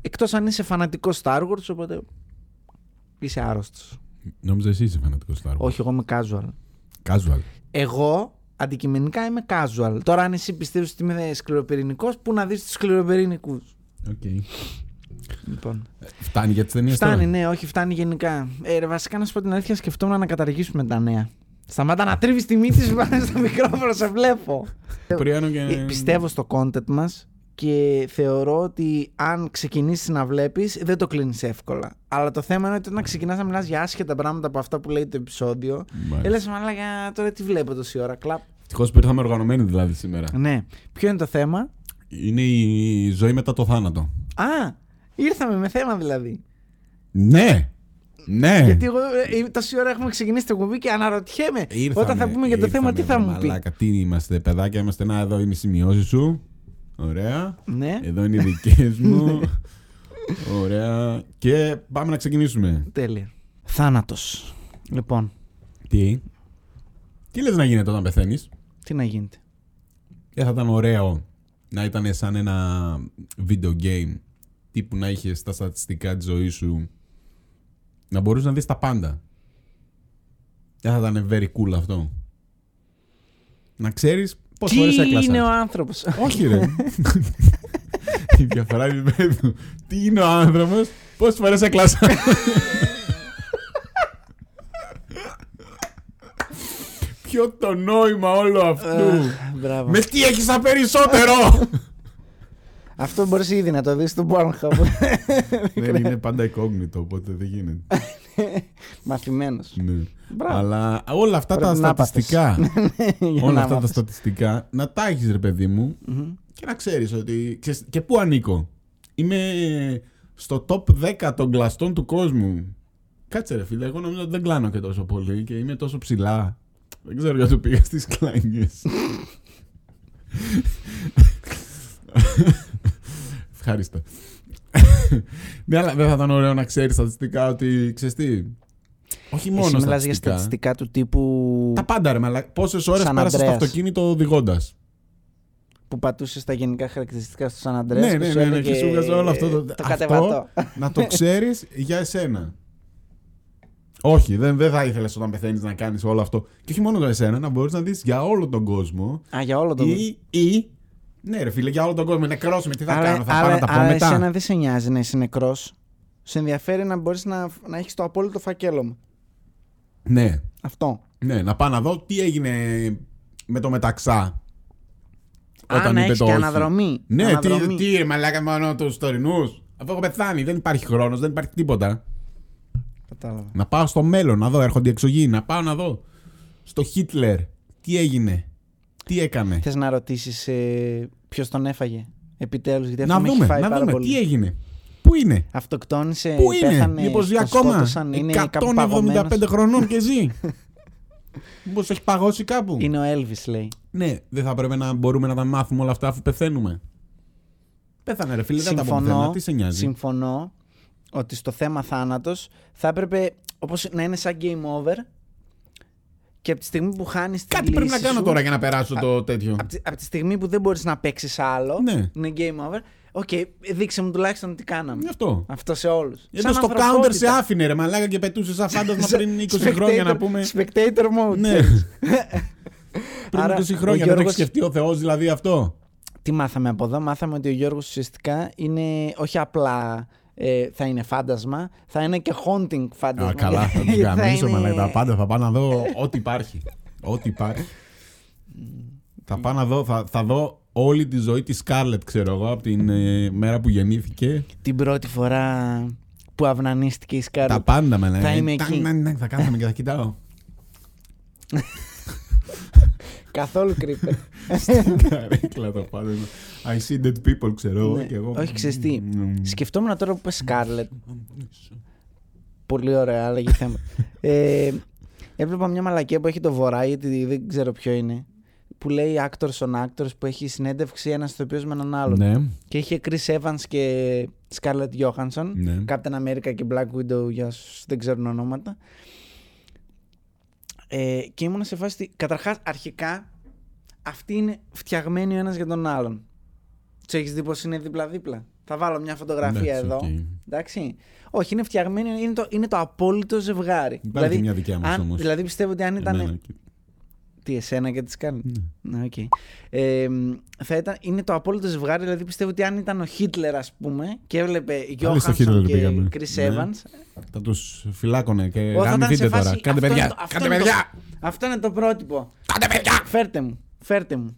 S2: Εκτός αν είσαι φανατικός Star Wars, οπότε. Είσαι άρρωστος.
S1: Νόμιζα εσύ είσαι φανατικός Star Wars.
S2: Όχι, εγώ είμαι casual.
S1: Casual.
S2: Εγώ αντικειμενικά είμαι casual. Τώρα, αν εσύ πιστεύεις ότι είμαι σκληροπυρηνικός, πού να δεις τους σκληροπυρηνικούς.
S1: Okay.
S2: Λοιπόν.
S1: Φτάνει για τις ταινίες
S2: Φτάνει,
S1: τώρα.
S2: ναι, όχι, φτάνει γενικά. Ε, ρε, βασικά να σου πω την αλήθεια, σκεφτόμουν να καταργήσουμε τα νέα. Σταμάτα να τρίβεις τη μύτη σου πάνω στο μικρόφωνο, σε βλέπω.
S1: Πριάνο και...
S2: Ε, πιστεύω στο Ε, content μας και θεωρώ ότι αν ξεκινήσεις να βλέπεις, δεν το κλείνεις εύκολα. Αλλά το θέμα είναι ότι όταν ξεκινάς να μιλάς για άσχετα πράγματα από αυτά που λέει το επεισόδιο,
S1: Μάλιστα.
S2: έλα μα λέγα τώρα τι βλέπω τόση ώρα. Κλαπ.
S1: Ευτυχώς που ήρθαμε οργανωμένοι δηλαδή σήμερα.
S2: Ναι. Ποιο είναι το θέμα.
S1: Είναι η ζωή μετά το θάνατο.
S2: Α, ήρθαμε με θέμα δηλαδή.
S1: Ναι! Ναι!
S2: Γιατί εγώ ε, ε, τόση ώρα έχουμε ξεκινήσει το κουμπί και αναρωτιέμαι
S1: Ήρθαμε,
S2: όταν θα πούμε για το θέμα
S1: ήρθαμε,
S2: τι θα
S1: βρε
S2: μου πει.
S1: μαλάκα. Τι είμαστε, παιδάκια, είμαστε. Να, εδώ είναι οι σημειώσεις σου. Ωραία.
S2: Ναι,
S1: Εδώ είναι οι δικές μου. Ωραία. Και πάμε να ξεκινήσουμε.
S2: τέλεια. Θάνατος. Λοιπόν,
S1: Τι. Τι λες να γίνεται όταν πεθαίνεις.
S2: τι να γίνεται.
S1: Δεν θα ήταν ωραίο να ήταν σαν ένα video game τύπου να είχες τα στατιστικά της ζωής σου. Να μπορούσες να δεις τα πάντα. Δεν θα ήταν very cool αυτό. Να ξέρεις πόσες φορέ
S2: Τι
S1: έκλασα.
S2: είναι ο άνθρωπος.
S1: Όχι, ρε. Η διαφορά επίπεδου. Τι είναι ο άνθρωπος, πόσες φορές έκλασα. Ποιο το νόημα όλο αυτού.
S2: Ε, Μπράβο.
S1: Με τι έχεις τα περισσότερο!
S2: Αυτό μπορείς ήδη να το δεις στο Pornhub.
S1: Δεν είναι πάντα incognito, οπότε δεν γίνεται.
S2: Μαθημένος.
S1: Ναι.
S2: Μπράβο.
S1: Αλλά όλα αυτά τα
S2: Πρέπει να
S1: στατιστικά.
S2: Για
S1: Όλα
S2: να
S1: αυτά τα
S2: μάθεις.
S1: στατιστικά να τα έχεις, ρε παιδί μου,
S2: Μμμ.
S1: και να ξέρεις ότι. ξέρεις, και πού ανήκω. Είμαι στο top 10 των κλαστών του κόσμου. Κάτσε ρε φίλε, εγώ νομίζω ότι δεν κλάνω και τόσο πολύ και είμαι τόσο ψηλά. Δεν ξέρω γιατί το πήγα στις κλάνιες. Ευχαριστώ. ναι, αλλά δεν θα ήταν ωραίο να ξέρεις στατιστικά ότι ξέρεις τι. Όχι μόνο
S2: Εσύ
S1: στατιστικά.
S2: μιλάς για στατιστικά του τύπου
S1: Τα πάντα ρε μαλάκα. Πόσες ώρες
S2: Σαν
S1: πέρασα στο
S2: Ανδρέας.
S1: αυτοκίνητο οδηγώντας.
S2: που πατούσες τα γενικά χαρακτηριστικά στο Σαν Αντρέας.
S1: Ναι, ναι, ναι, ναι, και σου βγάζω όλο αυτό το,
S2: Το
S1: αυτό
S2: κατεβατό.
S1: να το ξέρεις για εσένα. Όχι, δεν, δεν θα ήθελες όταν πεθαίνεις να κάνεις όλο αυτό. Και όχι μόνο για εσένα, να μπορείς να δεις για όλο τον κόσμο.
S2: Α, για όλο το.
S1: Ή, ή. Ναι, ρε φίλε, για όλο τον κόσμο. Νεκρός με, τι θα
S2: Άρα-
S1: κάνω, θα πάω
S2: άρα-
S1: να τα πω
S2: άρα
S1: μετά.
S2: εσένα δεν σε νοιάζει να είσαι νεκρός. Σε ενδιαφέρει να μπορείς να, να έχεις το απόλυτο φακέλωμα.
S1: Ναι,
S2: Αυτό.
S1: ναι, να πάω να δω τι έγινε με το μεταξά.
S2: Α, να έχεις και
S1: όχι.
S2: αναδρομή.
S1: Ναι,
S2: αναδρομή.
S1: τι, τι ρε μαλάκα μόνο τους τωρινούς. Αφού έχω πεθάνει, δεν υπάρχει χρόνος, δεν υπάρχει τίποτα.
S2: Κατάλαβα.
S1: Να πάω στο μέλλον, να δω, έρχονται οι εξωγήινοι, να πάω να δω. Στο Χίτλερ, τι έγινε, τι έκανε.
S2: Θες να ρωτήσεις ε, ποιος τον έφαγε. Επιτέλους, γιατί αυτό
S1: Να
S2: με έχει
S1: δούμε,
S2: φάει
S1: να
S2: πάρα
S1: δούμε,
S2: πολύ.
S1: τι έγινε, πού είναι,
S2: Αυτοκτόνησε,
S1: πού είναι.
S2: πέθανε,
S1: Μήπως
S2: τον
S1: ζει ακόμα
S2: σκότωσαν, είναι κάπου
S1: 175
S2: παγωμένος.
S1: χρονών και ζει. Μήπως έχει παγώσει κάπου.
S2: Είναι ο Elvis λέει.
S1: Ναι, δεν θα πρέπει να μπορούμε να τα μάθουμε όλα αυτά αφού πεθαίνουμε. Πέθανε ρε φίλε, δεν τα πω πουθενά,
S2: συμφωνώ,
S1: τι σε νοιάζει.
S2: συμφωνώ ότι στο θέμα θάνατος θα έπρεπε όπως να είναι σαν game over και από τη στιγμή που χάνεις τη
S1: Κάτι πρέπει
S2: λύση
S1: να κάνω
S2: σου,
S1: τώρα για να περάσω το τέτοιο.
S2: Από τη, από τη στιγμή που δεν μπορείς να παίξεις άλλο,
S1: Ναι.
S2: είναι game over, οκ, δείξε μου τουλάχιστον τι κάναμε.
S1: Γι' αυτό.
S2: Αυτό σε όλους.
S1: Εδώ
S2: Σαν
S1: στο counter
S2: ανθρωπότητα.
S1: σε άφηνε ρε μαλάκα και πετούσε σαν φάντασμα
S2: Σαν
S1: πριν 20 χρόνια να
S2: spectator-
S1: πούμε.
S2: Spectator mode.
S1: Ναι. Πριν
S2: Άρα,
S1: 20
S2: ο
S1: χρόνια δεν το έχει
S2: Γιώργος-
S1: σκεφτεί ο Θεός δηλαδή αυτό.
S2: Τι μάθαμε από εδώ, μάθαμε ότι ο Γιώργος ουσιαστικά είναι όχι απλά ε, θα είναι φάντασμα, θα είναι και haunting φάντασμα.
S1: Α, καλά, θα του
S2: Γιατί
S1: γαμίσω
S2: Ναι. είναι-
S1: μαλάκα. Πάντα θα πάω να δω ό,τι υπάρχει. Ό,τι υπάρχει. θα πάω να δω, θα, θα δω όλη τη ζωή της Σκάρλετ, ξέρω εγώ, από την ε, μέρα που γεννήθηκε.
S2: Την πρώτη φορά που αυνανίστηκε η
S1: Τα
S2: Σκάρλετ.
S1: πάντα Ε, με λένε.
S2: Θα είμαι
S1: Τακ,
S2: εκεί.
S1: νακ, νακ, Θα κάθομαι και θα κοιτάω.
S2: Καθόλου creeper.
S1: Στην καρέκλα το πάντα. I see dead people, ξέρω εγώ.
S2: Ναι.
S1: και εγώ. Ναι.
S2: Όχι, ξέρεις τι.
S1: Μμμ.
S2: Σκεφτόμουν τώρα που είπες Σκάρλετ. Πολύ ωραία, άλλαγε θέμα. ε, έβλεπα μια μαλακία που έχει το Βορρά, γιατί δεν ξέρω ποιο είναι. Που λέει actors on actors που έχει συνέντευξη ένας ηθοποιός με έναν άλλον.
S1: Ναι,
S2: Και είχε Chris Evans και Scarlett Johansson.
S1: ναι.
S2: Captain America και Black Widow για όσους δεν ξέρουν ονόματα. Ε, και ήμουν σε φάση, ότι- καταρχάς αρχικά, αυτοί είναι φτιαγμένοι ο ένας για τον άλλον. Τους έχεις δει πως είναι δίπλα-δίπλα. Θα βάλω μια φωτογραφία
S1: Εντάξει,
S2: εδώ.
S1: οκ.
S2: Εντάξει. Όχι, είναι φτιαγμένοι, είναι το, είναι το απόλυτο ζευγάρι.
S1: Υπάρχει και μια δικιά μας
S2: Δηλαδή, αν-
S1: όμως.
S2: δηλαδή πιστεύω ότι αν ήταν.
S1: Εμένα και-
S2: Τι, εσένα και τις κάνει.
S1: Ναι.
S2: Ναι, οκ. Ε, μ, θα ήταν, είναι το απόλυτο ζευγάρι, δηλαδή πιστεύω ότι αν ήταν ο Χίτλερ, ας πούμε, και έβλεπε
S1: στο
S2: Γιώχανσον
S1: Χίτλερ
S2: και
S1: πήγαμε.
S2: Chris
S1: Ναι.
S2: Evans,
S1: Θα τους φυλάκωνε και
S2: Ω, θα ήταν σε
S1: γάμιθείτε
S2: φάση,
S1: τώρα.
S2: αυτό
S1: Κάντε
S2: είναι
S1: παιδιά!
S2: το- αυτό
S1: Κάντε
S2: είναι το-
S1: παιδιά!
S2: Αυτό είναι το πρότυπο.
S1: Κάντε παιδιά!
S2: Φέρτε μου, φέρτε μου.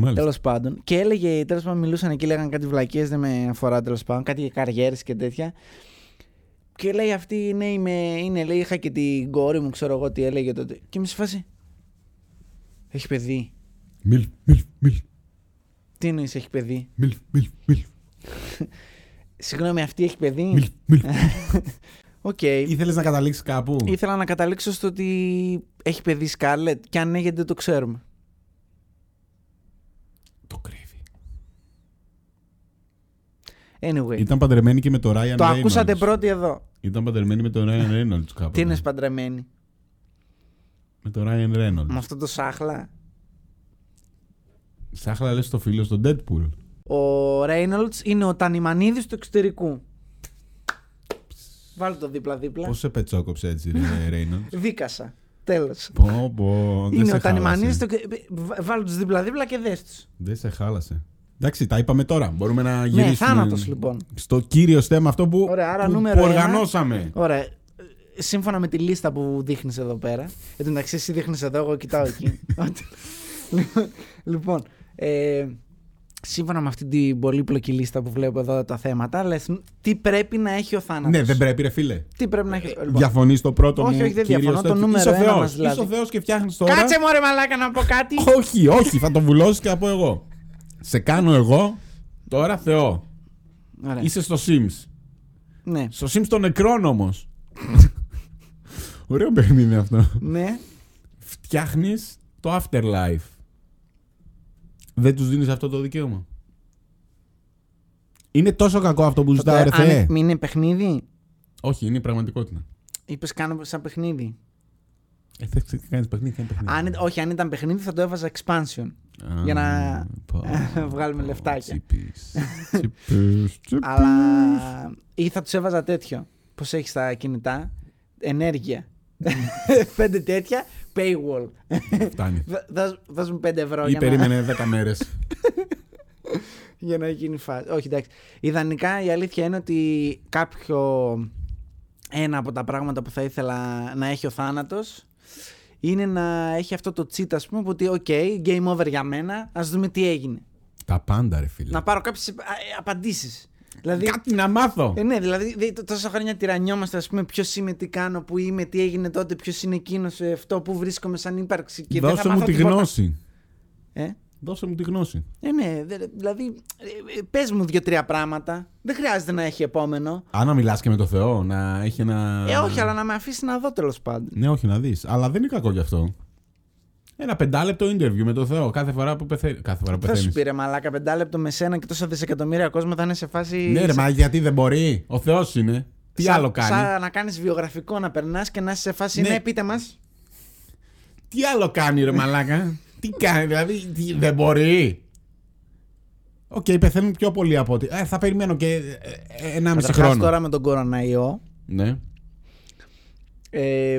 S1: Μάλιστα.
S2: Τέλος πάντων. Και έλεγε, τέλος πάντων, μιλούσαν εκεί, λέγανε κάτι βλακίες, δεν με αφορά τέλος πάντων, κάτι για καριέρες και τέτοια. Και λέει αυτή, ναι, είμαι, είναι, λέει, είχα και την κόρη μου, ξέρω εγώ τι έλεγε τότε. Και με σε φάση. Έχει παιδί.
S1: Μιλ, μιλ, μιλ,
S2: Τι εννοείς, έχει παιδί.
S1: μιλ, μιλ, μιλ,
S2: Συγγνώμη, αυτή έχει παιδί.
S1: μιλ, μιλ.
S2: Ε, Οκ.
S1: Ήθελες να καταλήξεις κάπου.
S2: Ήθελα να καταλήξω στο ότι έχει παιδί Σκάλετ. Και αν ναι, γιατί δεν το ξέρουμε.
S1: Το κρύβει.
S2: Anyway.
S1: Ήταν παντρεμένη και με το Ryan
S2: Ε. Το
S1: Reynolds.
S2: ακούσατε πρώτοι εδώ.
S1: Ήταν παντρεμένη με το Ryan Reynolds κάπου. ναι.
S2: Τι είναι σπαντρεμένη.
S1: Με το Ryan
S2: Με
S1: Reynolds.
S2: αυτό το σάχλα.
S1: Σάχλα λες το φίλο στον Deadpool.
S2: Ο Ρέινολτ είναι ο Τανιμανίδης του εξωτερικού. Βάλτε το δίπλα-δίπλα.
S1: Πώς σε πετσόκοψε έτσι ρε Reynolds.
S2: Δίκασα. Τέλος.
S1: Πω πω. δεν
S2: Είναι
S1: σε ε.
S2: ο Τανιμανίδη
S1: χάλασε.
S2: του. Βα- Βάλτε τους δίπλα-δίπλα και δες τους.
S1: Δεν σε χάλασε. Εντάξει, τα είπαμε τώρα. Μπορούμε να γυρίσουμε.
S2: Ναι, θάνατος λοιπόν.
S1: Στο κύριος θέμα αυτό που,
S2: Ωραία, άρα
S1: που,
S2: νούμερο
S1: που
S2: ένα.
S1: οργανώσαμε.
S2: Ωραία. Ε, Σύμφωνα με τη λίστα που δείχνεις εδώ πέρα. Εν τω μεταξύ, εσύ δείχνεις εδώ, εγώ κοιτάω εκεί. Ότι- Λοιπόν, λοιπόν. Ε, σύμφωνα με αυτή την πολύπλοκη λίστα που βλέπω εδώ τα θέματα, λες τι πρέπει να έχει ο θάνατος.
S1: Ναι, δεν Ε, πρέπει, ρε φίλε.
S2: Τι πρέπει να έχει. Λοιπόν,
S1: Διαφωνείς το πρώτο
S2: Όχι,
S1: μου.
S2: όχι, δεν
S1: κύριο
S2: διαφωνώ. Το
S1: τέτοιο.
S2: νούμερο
S1: Είσαι ο
S2: ένα
S1: Θεός.
S2: μας δηλαδή.
S1: Είσαι ο Θεός και φτιάχνεις τώρα.
S2: Κάτσε μωρέ μαλάκα να πω κάτι.
S1: Όχι, όχι, θα το βουλώσεις και θα πω εγώ. Σε κάνω εγώ τώρα Θεό.
S2: Ωραία.
S1: Είσαι στο Sims.
S2: Ναι.
S1: Στο Sims των νεκρών όμως. Ωραίο παιχνίδι αυτό.
S2: Ναι.
S1: Φτιάχνεις το afterlife. Δεν τους δίνεις αυτό το δικαίωμα. Είναι τόσο κακό αυτό που ζητάω, ρε
S2: Τότε, Ε, αν
S1: Θεέ.
S2: μη είναι παιχνίδι,
S1: Όχι, είναι η πραγματικότητα.
S2: είπες κάνω σαν παιχνίδι.
S1: Ε, θες να κάνεις παιχνίδι, κάνει παιχνίδι.
S2: Αν, όχι, αν ήταν παιχνίδι θα το έβαζα expansion.
S1: Α,
S2: για να-
S1: πω,
S2: βγάλουμε
S1: πω,
S2: λεφτάκια.
S1: τσιπής, τσιπής, τσιπής.
S2: Αλλά. ή θα τους έβαζα τέτοιο. Πώ έχει τα κινητά. Ενέργεια. πέντε τέτοια. Paywall.
S1: Φτάνει.
S2: Δ- δώσ- Δώσ' μου πέντε ευρώ
S1: Ή
S2: για να,
S1: περίμενε 10 μέρες.
S2: για να γίνει φάση. Όχι, εντάξει. Ιδανικά η αλήθεια είναι ότι κάποιο. Ένα από τα πράγματα που θα ήθελα να έχει ο θάνατος είναι να έχει αυτό το cheat, ας πούμε, που ότι, OK, game over για μένα, ας δούμε τι έγινε.
S1: Τα πάντα, ρε φίλε.
S2: να πάρω κάποιες απαντήσεις. Δηλαδή,
S1: Κάτι να μάθω.
S2: ε, ναι, δηλαδή δη- τ- τόσα χρόνια τυραννιόμαστε, ας πούμε, ποιος είμαι, τι κάνω, που είμαι, τι έγινε τότε, ποιος είναι εκείνος, αυτό, που βρίσκομαι σαν ύπαρξη. Και δεν
S1: Δώσε
S2: θα
S1: μου
S2: μάθω
S1: τη
S2: τίποτα.
S1: γνώση.
S2: Ε,
S1: Δώσε μου τη γνώση.
S2: ε, ναι, δε- δηλαδή, πες μου δύο-τρία πράγματα. Δεν χρειάζεται να έχει επόμενο.
S1: Αν να μιλάς και με το Θεό, να έχει ένα...
S2: Ε, όχι, αλλά να με αφήσεις να δω τέλος πάντων.
S1: Ναι, όχι, να δεις. Αλλά δεν είναι κακό γι' αυτό. Ένα πεντάλεπτο interview με το Θεό κάθε φορά που πεθαίνει. Κάθε φορά που
S2: Θα σου
S1: πεθαίνεις.
S2: πήρε μαλάκα πεντάλεπτο με σένα και τόσα δισεκατομμύρια κόσμο θα είναι σε φάση.
S1: Ναι, ρε,
S2: σαν-
S1: μα γιατί δεν μπορεί. Ο Θεός είναι. Τι
S2: σαν-
S1: άλλο κάνει.
S2: Σαν να κάνεις βιογραφικό να περνάς και να είσαι σε φάση.
S1: Ναι.
S2: Ναι, πείτε μας.
S1: Τι άλλο κάνει ρε μαλάκα. τι κάνει, δηλαδή τι- δεν μπορεί. Οκ, πεθαίνουν πιο πολύ από ό,τι. Ε, θα περιμένω και ε, ε, ένα μισή
S2: Καταρχάς,
S1: χρόνο.
S2: τώρα με τον κοροναϊό.
S1: Ναι.
S2: Ε,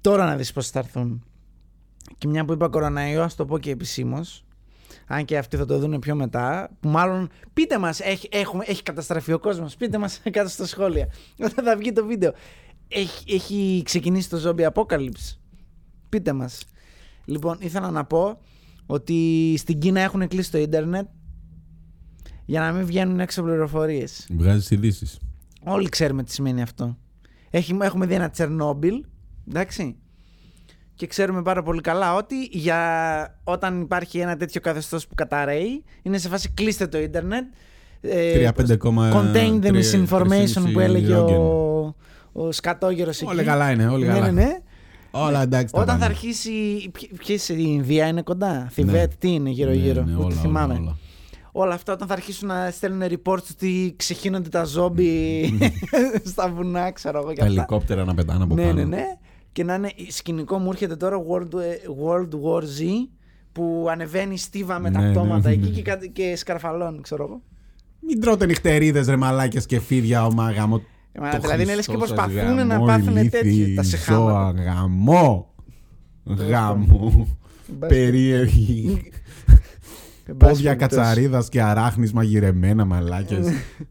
S2: τώρα να δεις πώς θα έρθουν. Και μια που είπα κοροναϊό, ας το πω και επισήμως. Αν και αυτοί θα το δουν πιο μετά. Που μάλλον πείτε μας, έχει, έχουμε, έχει καταστραφεί ο κόσμος. Πείτε μας κάτω στα σχόλια. Όταν θα βγει το βίντεο. Έχει, έχει ξεκινήσει το zombie apocalypse. Πείτε μας. Λοιπόν, ήθελα να πω ότι στην Κίνα έχουν κλείσει το ίντερνετ για να μην βγαίνουν έξω πληροφορίες.
S1: Βγάζεις ειδήσεις.
S2: Όλοι ξέρουμε τι σημαίνει αυτό. Έχει, έχουμε δει ένα Τσερνόμπιλ, εντάξει. Και ξέρουμε πάρα πολύ καλά ότι για όταν υπάρχει ένα τέτοιο καθεστώς που καταραίει, είναι σε φάση κλείστε το ίντερνετ. Ε,
S1: 35,3
S2: contain the
S1: 3,5
S2: misinformation που έλεγε
S1: Rogan.
S2: ο, ο σκατόγερος εκεί.
S1: Όλα καλά είναι, όλα
S2: Ναι,
S1: καλά.
S2: ναι, ναι.
S1: Όλα εντάξει. τα
S2: Όταν θα
S1: πάνε.
S2: αρχίσει. Ποιε η Ινδία είναι κοντά, Θιβέτ, τι είναι γύρω-γύρω.
S1: Ναι, ναι,
S2: ούτε
S1: όλα,
S2: θυμάμαι.
S1: όλα, όλα.
S2: Όλα αυτά όταν θα αρχίσουν να στέλνουν reports ότι ξεχύνονται τα ζόμπι στα βουνά, ξέρω εγώ και
S1: Τα
S2: αυτά.
S1: ελικόπτερα να πετάνε από
S2: Ναι,
S1: πάνω.
S2: ναι, ναι. Και να είναι σκηνικό μου έρχεται τώρα World, ε, World War Z που ανεβαίνει στίβα με τα
S1: Ναι, ναι,
S2: πτώματα
S1: ναι.
S2: εκεί και, κα- και σκαρφαλών, ξέρω εγώ.
S1: Μην τρώτε νυχτερίδες ρε μαλάκες και φίδια ο μαγαμό.
S2: Ε, μα, δηλαδή, είναι λες και προσπαθούν να πάθουνε τέτοιοι, τα συχάματα.
S1: Ζώα, γαμό. Γαμό.
S2: Μπας.
S1: Περίεργη. Πόδια κατσαρίδας και αράχνης μαγειρεμένα, μαλάκες.
S2: Ναι.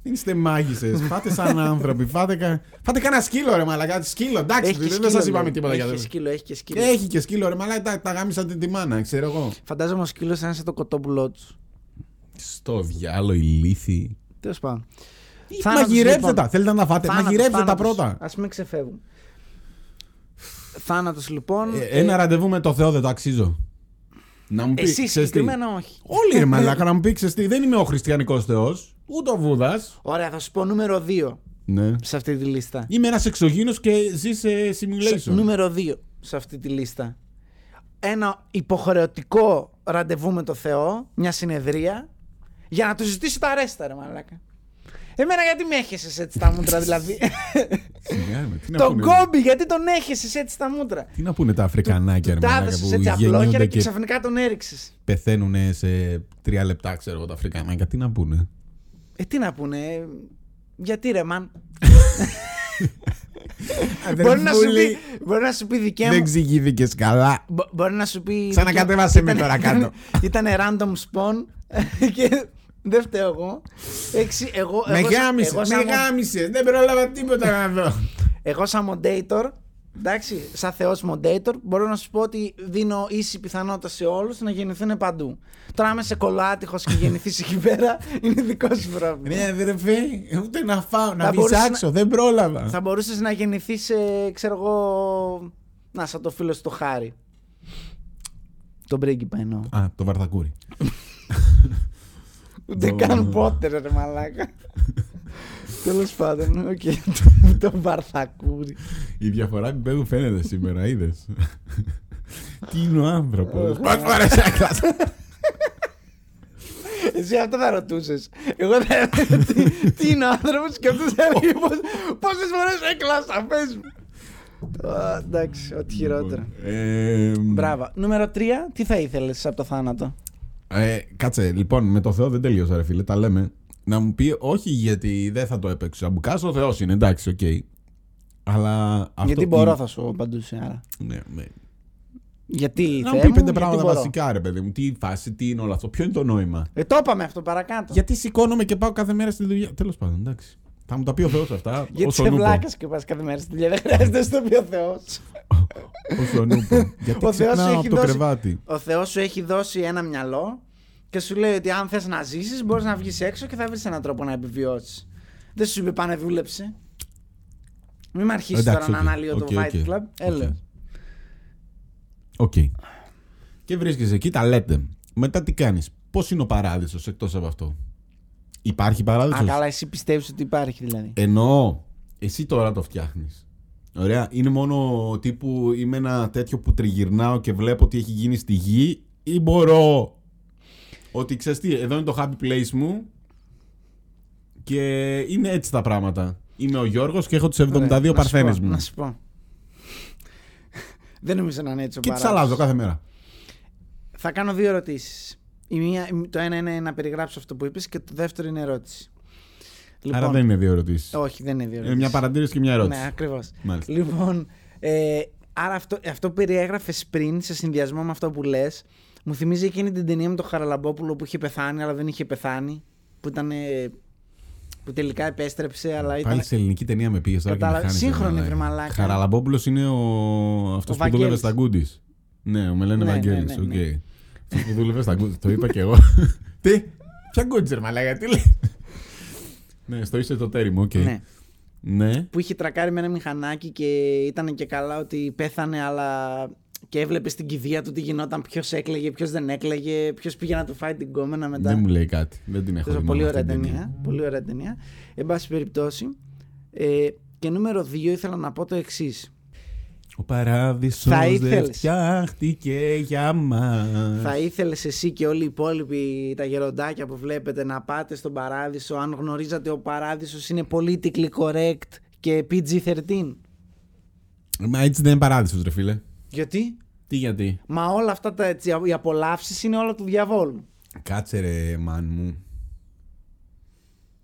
S1: Δεν είστε μάγισσες. Φάτε σαν άνθρωποι. Φάτε, κα... φάτε κανένα σκύλο, ρε μαλακά. Σκύλο, εντάξει.
S2: Έχει και
S1: δεν σα
S2: σκύλο,
S1: είπαμε
S2: λέει.
S1: τίποτα για
S2: Έχει
S1: το.
S2: και σκύλο, έχει και σκύλο.
S1: Έχει και σκύλο, ρε μαλακά. Τα, τα γάμισατε τη μάνα, ξέρω εγώ.
S2: Φαντάζομαι ο σκύλος σαν σε το κοτόπουλό του.
S1: Στο διάλο, ηλίθι.
S2: Τέλος πάντων.
S1: Μαγειρέψτε τα. Θέλετε να τα φάτε.
S2: λοιπόν. Θάνατος,
S1: Μαγειρέψτε τα
S2: θάνατος.
S1: πρώτα.
S2: Ας μην ξεφεύγουν. Θάνατος λοιπόν.
S1: Ε,
S2: Ε,
S1: Ένα ραντεβού με το Θεό δεν το αξίζω. Να μου πει.
S2: Εσύ
S1: ξέρεις τι.
S2: συγκεκριμένα όχι.
S1: Όλοι ρε μαλάκα να μου πει ξέρεις τι. Δεν είμαι ο χριστιανικός Θεός. Ούτε ο Βούδας.
S2: Ωραία, θα σου πω νούμερο 2
S1: Ναι.
S2: σε αυτή τη λίστα.
S1: Είμαι ένας εξωγήινο και ζει σε simulation.
S2: Σε- νούμερο 2 σε αυτή τη λίστα. Ένα υποχρεωτικό ραντεβού με το Θεό, μια συνεδρία, για να του ζητήσω τα αρέστα, ρε μαλάκα. Εμένα γιατί με έχεσαι έτσι τα μούτρα, δηλαδή.
S1: Σιγά με, τι να
S2: τον
S1: πούνε-
S2: κόμπι, γιατί τον έχεσαι έτσι τα μούτρα.
S1: Τι να πούνε τα Αφρικανάκια ρε
S2: Του τα
S1: μαλάκα
S2: έδωσες
S1: που
S2: έτσι απλόχερα
S1: γεννιούνται
S2: και
S1: και
S2: ξαφνικά τον έριξες.
S1: πεθαίνουν σε τρία λεπτά, ξέρω εγώ, τα Αφρικανάκια. Τι να πούνε.
S2: Ε, τι να πούνε, ε, γιατί ρε, μαν. Μπορεί να, σου πει, μπορεί να σου πει δικέ μου.
S1: Δεν ξηγήθηκες καλά.
S2: Μπο- Μπορεί να σου πει.
S1: Σαν να
S2: δικέ-
S1: κατέβασε με
S2: ήταν-
S1: τώρα κάτω.
S2: Ήταν random spawn και δεν φταίω εγώ. Έξι, εγώ,
S1: Με
S2: εγώ, σαν-
S1: γάμισες,
S2: εγώ,
S1: με
S2: σαν,
S1: γάμισες. Δεν πρόλαβα τίποτα να δω.
S2: εγώ σαν moderator, εντάξει, σαν θεός moderator, μπορώ να σου πω ότι δίνω ίση πιθανότητα σε όλους να γεννηθούν παντού. Τώρα, άμα είσαι κολάτυχος και γεννηθείς εκεί πέρα, είναι δικό σου πρόβλημα.
S1: Ναι, αδερφέ, ούτε να φάω, να
S2: Θα μπορούσες
S1: βυσάξω, δεν πρόλαβα.
S2: Θα μπορούσες να γεννηθείς, ε, ξέρω εγώ. Να, σαν το φίλο στο Χάρη. Τον πρίγκιπα εννοώ.
S1: Α, το βαρδακούρι.
S2: Ούτε
S1: Το-
S2: καν πότε, ρε μαλάκα. Τέλος πάντων, οκ. Το βαρθακούρι.
S1: Η διαφορά επίπεδου φαίνεται σήμερα, είδες. Τι είναι ο άνθρωπος. Πρώτη φορά σε έκλασα.
S2: Εσύ αυτό θα ρωτούσες. Εγώ θα έλεγα τι- τι είναι ο άνθρωπος και αυτός θα έλεγε πόσες φορές έκλασα. Πες μου. Α, Εντάξει,
S1: Λοιπόν.
S2: ό,τι χειρότερο.
S1: Ε,
S2: Μπράβο. Νούμερο 3, τι θα ήθελες από το θάνατο.
S1: Ε, κάτσε, λοιπόν, με το Θεό δεν τελείωσα, ρε φίλε. Τα λέμε. Να μου πει, όχι γιατί δεν θα το έπαιξα. Μπουκά ο Θεός είναι, εντάξει, οκ. Αλλά αυτό.
S2: Γιατί μπορώ, θα σου απαντούσε άρα.
S1: Ναι, ναι.
S2: Γιατί
S1: Να μου
S2: Θεέ
S1: πει
S2: μου,
S1: πέντε
S2: γιατί
S1: πράγματα
S2: μπορώ.
S1: βασικά, ρε παιδί μου. Τι φάση, τι είναι όλο αυτό. Ποιο είναι το νόημα.
S2: Ε, το είπαμε αυτό παρακάτω.
S1: Γιατί σηκώνομαι και πάω κάθε μέρα στη δουλειά. Τέλος πάντων, εντάξει. Θα μου τα πει ο Θεός αυτά.
S2: Γιατί
S1: όσο
S2: σε
S1: νου πω.
S2: βλάκας και πας κάθε μέρα στη δουλειά. Δεν χρειάζεται στο πει ο Θεός.
S1: Όσο νου πω. Γιατί
S2: Ο Θεός
S1: ξυπνάω
S2: έχει
S1: από το
S2: δώσει-
S1: κρεβάτι.
S2: Ο Θεός σου έχει δώσει ένα μυαλό και σου λέει ότι αν θες να ζήσεις, μπορείς να βγεις έξω και θα βρεις έναν τρόπο να επιβιώσεις. Δεν σου είπε πάνε δούλεψε. Μην με αρχίσει τώρα
S1: Εντάξει,
S2: να
S1: οκ,
S2: αναλύω το
S1: οκ,
S2: Fight
S1: οκ,
S2: Club. Ε,
S1: οκ.
S2: Έλα.
S1: Οκ. Και βρίσκεσαι εκεί, τα λέτε. Μετά τι κάνεις. Πώς είναι ο παράδεισος εκτός από αυτό. Υπάρχει
S2: Α,
S1: παράδεισο.
S2: καλά, εσύ πιστεύεις ότι υπάρχει δηλαδή.
S1: Εννοώ, εσύ τώρα το φτιάχνεις. Ωραία. Είναι μόνο τύπου είμαι ένα τέτοιο που τριγυρνάω και βλέπω τι έχει γίνει στη γη ή μπορώ. Ότι ξέρεις τι, εδώ είναι το happy place μου και είναι έτσι τα πράγματα. Είμαι ο Γιώργος και έχω τις 72
S2: Ωραία, να σου πω,
S1: παρθένες μου.
S2: Να σου πω. Δεν νομίζω να είναι έτσι ο
S1: Και τις
S2: παράδεισος.
S1: αλλάζω κάθε μέρα.
S2: Θα κάνω δύο ερωτήσεις. Το ένα είναι να περιγράψω αυτό που είπες και το δεύτερο είναι ερώτηση.
S1: Άρα δεν είναι δύο ερωτήσεις.
S2: Όχι, δεν είναι δύο
S1: Είναι
S2: ερωτήσεις.
S1: μια παρατήρηση και μια ερώτηση.
S2: Λοιπόν. Ε, Ναι, ακριβώς.
S1: Μάλιστα.
S2: Λοιπόν, ε, άρα αυτό, αυτό που περιέγραφες πριν σε συνδυασμό με αυτό που λες, μου θυμίζει εκείνη την ταινία με τον Χαραλαμπόπουλο που είχε πεθάνει, αλλά δεν είχε πεθάνει. Που ήταν. ε, που τελικά επέστρεψε, αλλά ήταν.
S1: Πάλι σε ελληνική ταινία με πήγες τώρα και με
S2: Κατάλαβα.
S1: χάνεις,
S2: Σύγχρονη,
S1: μαλάκα.
S2: βρε μαλάκα.
S1: Χαραλαμπόπουλος είναι ο... αυτός που
S2: Βαγγέλης.
S1: δούλευε στα Γκούντις. Ναι, ο με λένε
S2: Ναι, ναι,
S1: Βαγγέλης,
S2: ναι,
S1: οκ.
S2: ναι.
S1: Αυτός που δούλευε στα Γκούντις, το είπα και εγώ. Τι, ποια Γκούντις ρε μαλάκα, τι λες. Ναι, στο είσαι το τέρι μου, οκ.
S2: Ναι.
S1: Ναι.
S2: Που είχε τρακάρει με ένα μηχανάκι και ήταν και καλά ότι πέθανε, αλλά. και έβλεπες στην κηδεία του τι γινόταν, ποιος έκλαιγε, ποιος δεν έκλαιγε, ποιος πήγε να του φάει την κόμενα μετά.
S1: Δεν μου λέει κάτι. Δεν την έχω
S2: Ξέρω,
S1: δει.
S2: πολύ
S1: μάλλον
S2: ωραία
S1: αυτή την
S2: ταινία. Πολύ ωραία ταινία. Εν πάση περιπτώσει. Ε, και νούμερο 2 ήθελα να πω το εξής.
S1: Ο παράδεισος
S2: Θα
S1: δεν
S2: ήθελες.
S1: φτιάχτηκε για μας.
S2: Θα ήθελες εσύ και όλοι οι υπόλοιποι τα γεροντάκια που βλέπετε να πάτε στον παράδεισο. Αν γνωρίζατε, ο παράδεισος είναι politically correct και PG-13.
S1: Μα έτσι δεν είναι παράδεισος ρε φίλε.
S2: Γιατί?
S1: Τι γιατί.
S2: Μα όλα αυτά τα, έτσι, οι απολαύσεις είναι όλα του διαβόλου.
S1: Κάτσε ρε μάν μου.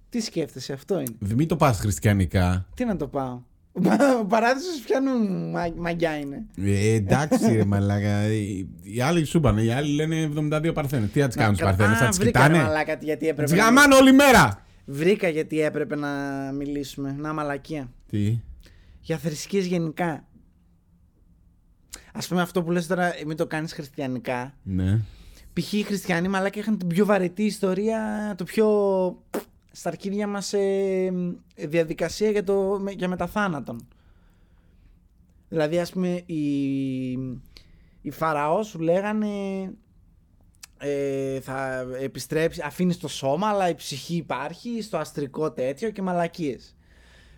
S2: Τι σκέφτεσαι, αυτό είναι.
S1: Δε- Μην το πας χριστιανικά.
S2: Τι να το πάω. Ο παράδεισο πιάνουν μα- μαγιά είναι.
S1: Ε, εντάξει, ρε μαλάκα. Οι, οι άλλοι σου είπανε, οι άλλοι λένε 72 παρθένες. Τι θα τι κάνουν τους
S2: Α,
S1: παρθένε, θα τι
S2: βρήκα, ρε
S1: κοιτάνε.
S2: μαλάκα, γιατί
S1: Τι
S2: έπρεπε. να-
S1: γαμάνε όλη μέρα.
S2: Βρήκα γιατί έπρεπε να μιλήσουμε. Να μαλακία.
S1: Τι.
S2: Για θρησκείες γενικά. Ας πούμε αυτό που λες τώρα, ε, μην το κάνεις χριστιανικά.
S1: Ναι.
S2: Π.χ. οι χριστιανοί μαλάκα είχαν την πιο βαρετή ιστορία, το πιο. στα αρχίδια μας ε, διαδικασία για, το, με- για μεταθάνατον. Δηλαδή, ας πούμε, οι, οι φαραώς σου λέγανε. Ε, θα επιστρέψει, αφήνεις το σώμα αλλά η ψυχή υπάρχει στο αστρικό τέτοιο και μαλακίες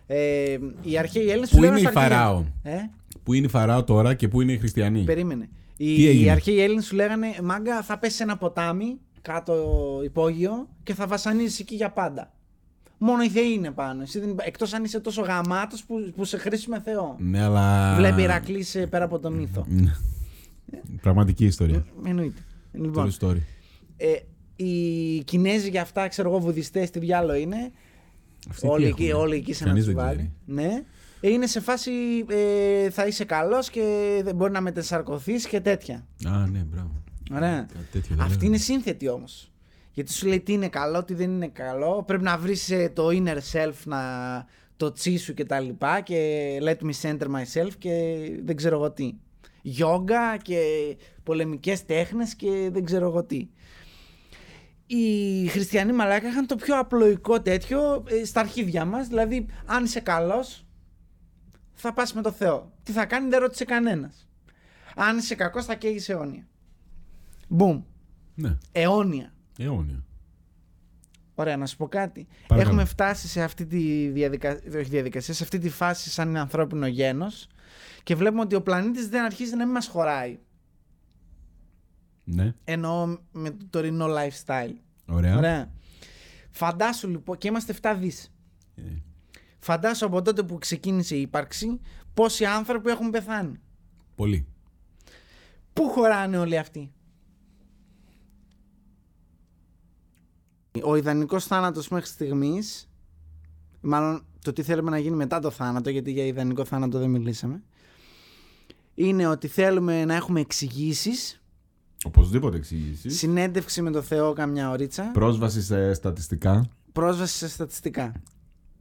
S2: ε, οι αρχαίοι Έλληνες σου
S1: Πού
S2: λέγανε
S1: είναι η
S2: στα αρχίδια.
S1: Φαράω.
S2: ε?
S1: Πού είναι η Φαράω τώρα και πού είναι οι Χριστιανοί.
S2: Περίμενε.
S1: Τι
S2: Οι,
S1: έγινε?
S2: οι αρχαίοι Έλληνες σου λέγανε Μάγκα, θα πέσει σε ένα ποτάμι κάτω υπόγειο και θα βασανίζει εκεί για πάντα. Μόνο οι Θεοί είναι πάνω. Εσύ δεν... Εκτός αν είσαι τόσο γαμάτος που, που σε χρήσει με Θεό.
S1: Ναι, αλλά.
S2: Βλέπει Ηρακλής σε- πέρα από τον ήθο.
S1: Ναι. Πραγματική ιστορία.
S2: Εννοείται.
S1: True
S2: Λοιπόν,
S1: story.
S2: ε, οι Κινέζοι για αυτά, ξέρω εγώ, βουδιστές, τι διάλογο είναι.
S1: Αυτοί τι
S2: Όλοι
S1: έχουν?
S2: εκεί, όλοι εκεί σε ένα
S1: Κανείς δεν
S2: τσουβάλι.
S1: ξέρει.
S2: Ναι. Ε, Είναι σε φάση ε, θα είσαι καλός και δεν μπορεί να μετεσαρκωθείς και τέτοια.
S1: Α, ναι, μπράβο.
S2: Ωραία.
S1: Κάτι ναι, τέτοιο δεν
S2: Αυτή
S1: λέγανε.
S2: είναι σύνθετη όμως. Γιατί σου λέει τι είναι καλό, τι δεν είναι καλό. Πρέπει να βρεις το inner self, να, το τσι σου και τα λοιπά. Και let me center myself και δεν ξέρω εγώ τι. Γιόγκα και πολεμικές τέχνες και δεν ξέρω εγώ τι. Οι χριστιανοί μαλάκα είχαν το πιο απλοϊκό τέτοιο ε, στα αρχίδια μας. Δηλαδή, αν είσαι καλός, θα πας με το Θεό. Τι θα κάνει δεν ρώτησε κανένας. Αν είσαι κακός θα καίγεις αιώνια. Μπούμ.
S1: Ναι,
S2: Αιώνια.
S1: αιώνιο.
S2: Ωραία, να σου πω κάτι.
S1: Παρακαλώ.
S2: Έχουμε φτάσει σε αυτή τη διαδικα... όχι διαδικασία, σε αυτή τη φάση σαν ανθρώπινο γένος και βλέπουμε ότι ο πλανήτης δεν αρχίζει να μην μας χωράει.
S1: Ναι,
S2: Εννοώ με το τωρινό lifestyle.
S1: ωραία.
S2: Ωραία. Φαντάσου λοιπόν, και είμαστε 7 δις.
S1: Ε,
S2: Φαντάσου από τότε που ξεκίνησε η ύπαρξη πόσοι άνθρωποι έχουν πεθάνει.
S1: Πολύ.
S2: Πού χωράνε όλοι αυτοί. Ο ιδανικός θάνατος μέχρι στιγμής, μάλλον το τι θέλουμε να γίνει μετά το θάνατο, γιατί για ιδανικό θάνατο δεν μιλήσαμε, είναι ότι θέλουμε να έχουμε εξηγήσεις,
S1: Οπωσδήποτε εξήγηση.
S2: συνέντευξη με το Θεό καμιά ωρίτσα,
S1: Πρόσβαση σε στατιστικά.
S2: πρόσβαση σε στατιστικά.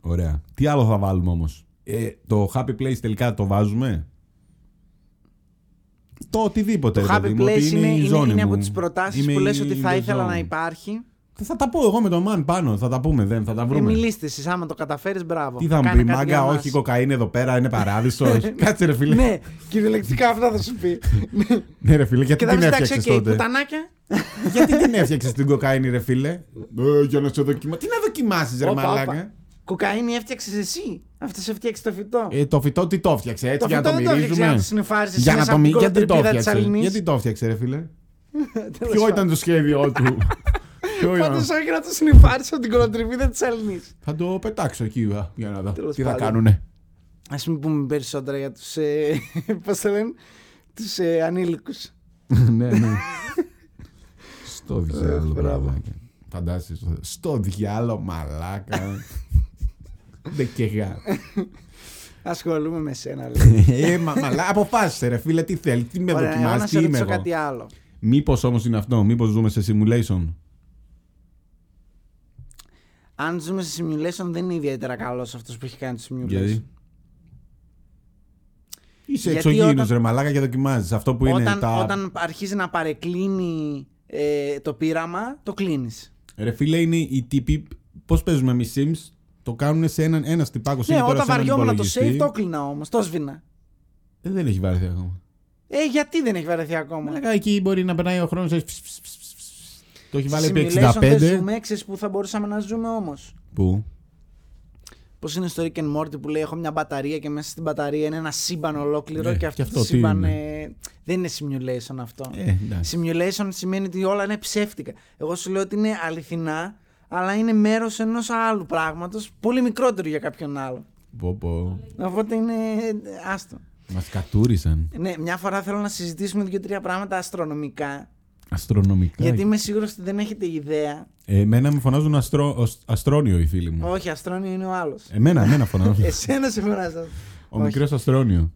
S1: Ωραία. Τι άλλο θα βάλουμε όμως. Ε, το happy place τελικά το βάζουμε. Το οτιδήποτε.
S2: Το
S1: ρε
S2: happy
S1: παιδί μου, ότι
S2: place είναι,
S1: η
S2: είναι,
S1: ζώνη
S2: είναι από
S1: μου.
S2: τις προτάσεις
S1: Είμαι
S2: που λες
S1: η-
S2: ότι θα
S1: the
S2: ήθελα να
S1: zone.
S2: υπάρχει.
S1: Θα τα πω εγώ με τον man πάνω. Θα τα πούμε. Δεν θα τα
S2: Ε,
S1: βρούμε.
S2: μιλήστε εσείς, άμα το καταφέρεις, μπράβο.
S1: Τι θα μου
S2: Κάνε
S1: πει,
S2: κάτι για
S1: Μάγκα,
S2: μας.
S1: όχι, η κοκαίνη εδώ πέρα είναι παράδεισο. Κάτσε ρε φίλε.
S2: Ναι, κυριολεκτικά αυτά θα σου πει.
S1: Ναι, ρε φίλε, γιατί
S2: Και θα
S1: την
S2: πει εντάξει,
S1: έφτιαξε
S2: οκ,
S1: τότε.
S2: πουτανάκια.
S1: Γιατί την έφτιαξες την κοκαίνη, ρε φίλε. Ε, για να σε δοκιμάσει. Τι να δοκιμάσεις, ρε
S2: Όπα,
S1: μαλάκα.
S2: όπα. Κοκαίνη έφτιαξες εσύ. Αυτό σε έφτιαξες το φυτό.
S1: Ε, το φυτό τι το έφτιαξε, έτσι,
S2: το
S1: για
S2: φυτό
S1: να το
S2: δεν το έφτιαξες να
S1: μυρίζουμε.
S2: το συνεφάρισες.
S1: Για να το μυρίζουμε. Γιατί το έφτιαξε.
S2: Γιατί
S1: Γιατί το έφτιαξε, ρε φίλε. Ποιο ήταν το σχέδιό του. Ποιο ήταν.
S2: Πάντω όχι να το συνεφάρισε από την κολοτριβίδα τη Αλληνή.
S1: Θα το πετάξω εκεί α, για να δω.
S2: Τέλος
S1: Τι θα
S2: πάντων.
S1: κάνουνε.
S2: Ας μην πούμε περισσότερα για τους. Πώς το λένε. ε, Του ανήλικους.
S1: Ναι, ναι. Στο διάλογο.
S2: Ε, μπράβο.
S1: μαλάκα. Φαντάζεσαι. στο- Στο διάλογο, μαλάκα. Δεν και γα.
S2: Ασχολούμαι με σένα, λέει.
S1: Ε, μα- μαλά, αποφάσισε ρε φίλε, τι θέλεις, τι με
S2: Ωραία, εγώ να
S1: δοκιμάζει,
S2: σε
S1: τι είμαι
S2: ρωτήσω
S1: εγώ.
S2: κάτι άλλο.
S1: Μήπως όμως είναι αυτό, μήπως ζούμε σε simulation.
S2: Αν ζούμε σε simulation, δεν είναι ιδιαίτερα καλός αυτός που έχει κάνει το simulation.
S1: Γιατί? Είσαι
S2: Γιατί
S1: εξωγήινος
S2: όταν-
S1: ρε μαλάκα και δοκιμάζεις αυτό που είναι
S2: όταν,
S1: τα...
S2: όταν αρχίζει να παρεκκλίνει ε, το πείραμα, το κλείνεις.
S1: Ρε φίλε είναι οι τύποι, πώς παίζουμε εμείς Sims, το κάνουν σε έναν ένας τυπάκος
S2: Ναι,
S1: είναι τώρα
S2: όταν
S1: σε έναν
S2: βαριόμουν το save,
S1: υπολογιστή.
S2: το κλείνα όμως. Το σβήνα.
S1: Ε, δεν έχει βαρεθεί ακόμα.
S2: Ε, γιατί δεν έχει βαρεθεί ακόμα.
S1: Μαλάκα εκεί μπορεί να περνάει ο χρόνος, έτσι, ψ, ψ, ψ, ψ, ψ. το έχει βάλει επί
S2: Simulation δεν
S1: 65.
S2: ζούμε, ξέρεις που θα μπορούσαμε να ζούμε όμως.
S1: Πού?
S2: Πώς είναι στο Rick and Morty που λέει: Έχω μια μπαταρία και μέσα στην μπαταρία είναι ένα σύμπαν ολόκληρο και
S1: Ναι, και
S2: αυτό,
S1: αυτό
S2: το
S1: τι
S2: σύμπαν.
S1: είναι?
S2: ε, δεν είναι simulation αυτό.
S1: Ε, εντάξει.
S2: Simulation σημαίνει ότι όλα είναι ψεύτικα. Εγώ σου λέω ότι είναι αληθινά, αλλά είναι μέρος ενός άλλου πράγματος, πολύ μικρότερο για κάποιον άλλο.
S1: Πω, πω.
S2: Οπότε είναι. άστο.
S1: Μας κατούρισαν.
S2: Ναι, μια φορά θέλω να συζητήσουμε δύο-τρία πράγματα αστρονομικά.
S1: Αστρονομικά.
S2: Γιατί είμαι σίγουρος ότι δεν έχετε ιδέα.
S1: Ε, Εμένα με φωνάζουν αστρό, αστρόνιο οι φίλοι μου. Ε,
S2: Όχι, αστρόνιο είναι ο άλλος.
S1: Εμένα, εμένα φωνάζουν.
S2: Εσένα σε φωνάζω.
S1: Ο
S2: Ε, Όχι.
S1: μικρό Αστρόνιο.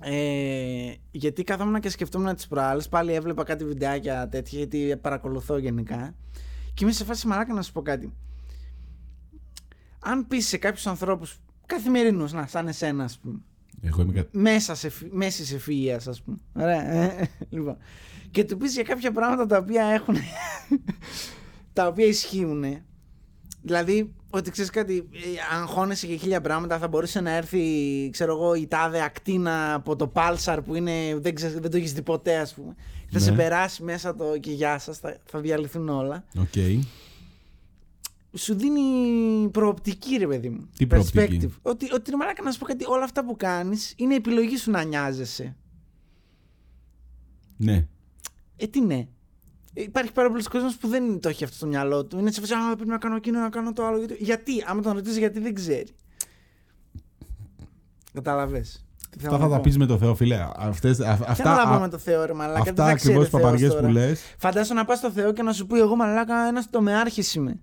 S2: Ε, γιατί καθόμουν και σκεφτόμουν τις προάλλες, πάλι έβλεπα κάτι βιντεάκια τέτοια, γιατί παρακολουθώ γενικά. Και είμαι σε φάση μαλάκα να σου πω κάτι. Αν πεις σε κάποιους ανθρώπους καθημερινούς, να, σαν εσένα ας πούμε,
S1: Εγώ είμαι κα...
S2: μέσα σε, φυ- μέση σε φυγεία, ας πούμε. Ωραία. ε, λοιπόν. Και του πεις για κάποια πράγματα τα οποία έχουν. τα οποία ισχύουν. Δηλαδή, ότι ξέρεις κάτι, ε, αγχώνεσαι για χίλια πράγματα, θα μπορούσε να έρθει, ξέρω εγώ, η τάδε ακτίνα από το πάλσαρ που είναι, δεν, ξε- δεν το έχεις δει ποτέ, ας πούμε. Θα
S1: Ναι.
S2: σε περάσει μέσα το και γεια σας, θα, θα διαλυθούν όλα.
S1: Οκ.
S2: Σου δίνει προοπτική, ρε παιδί μου.
S1: Τι προοπτική?
S2: Perspective. Ότι, ότι ρε μαλάκα, να σου πω κάτι, όλα αυτά που κάνεις είναι επιλογή σου να νοιάζεσαι.
S1: Ναι.
S2: Ε, τι ναι. Ε, Υπάρχει πάρα πολλοί κόσμος που δεν το έχει αυτό στο μυαλό του. Είναι σε φάση, Α, πρέπει να κάνω εκείνο, να κάνω το άλλο. Γιατί, γιατί? άμα τον ρωτήσεις, γιατί δεν ξέρει. Καταλαβέ.
S1: Αυτά θα τα πεις με το Θεό, φίλε. Αυτές, α-
S2: Αυτά
S1: αυτά
S2: τα πούμε
S1: α-
S2: με το Θεό, ρε Μαλάκα.
S1: αυτά
S2: δεν θα ξέρει ο
S1: ακριβώ
S2: Θεός
S1: παπαριές
S2: τώρα.
S1: που λες.
S2: Φαντάσου να πας στο Θεό και να σου πει: Εγώ Μαλάκα, ένας τομεάρχης είμαι.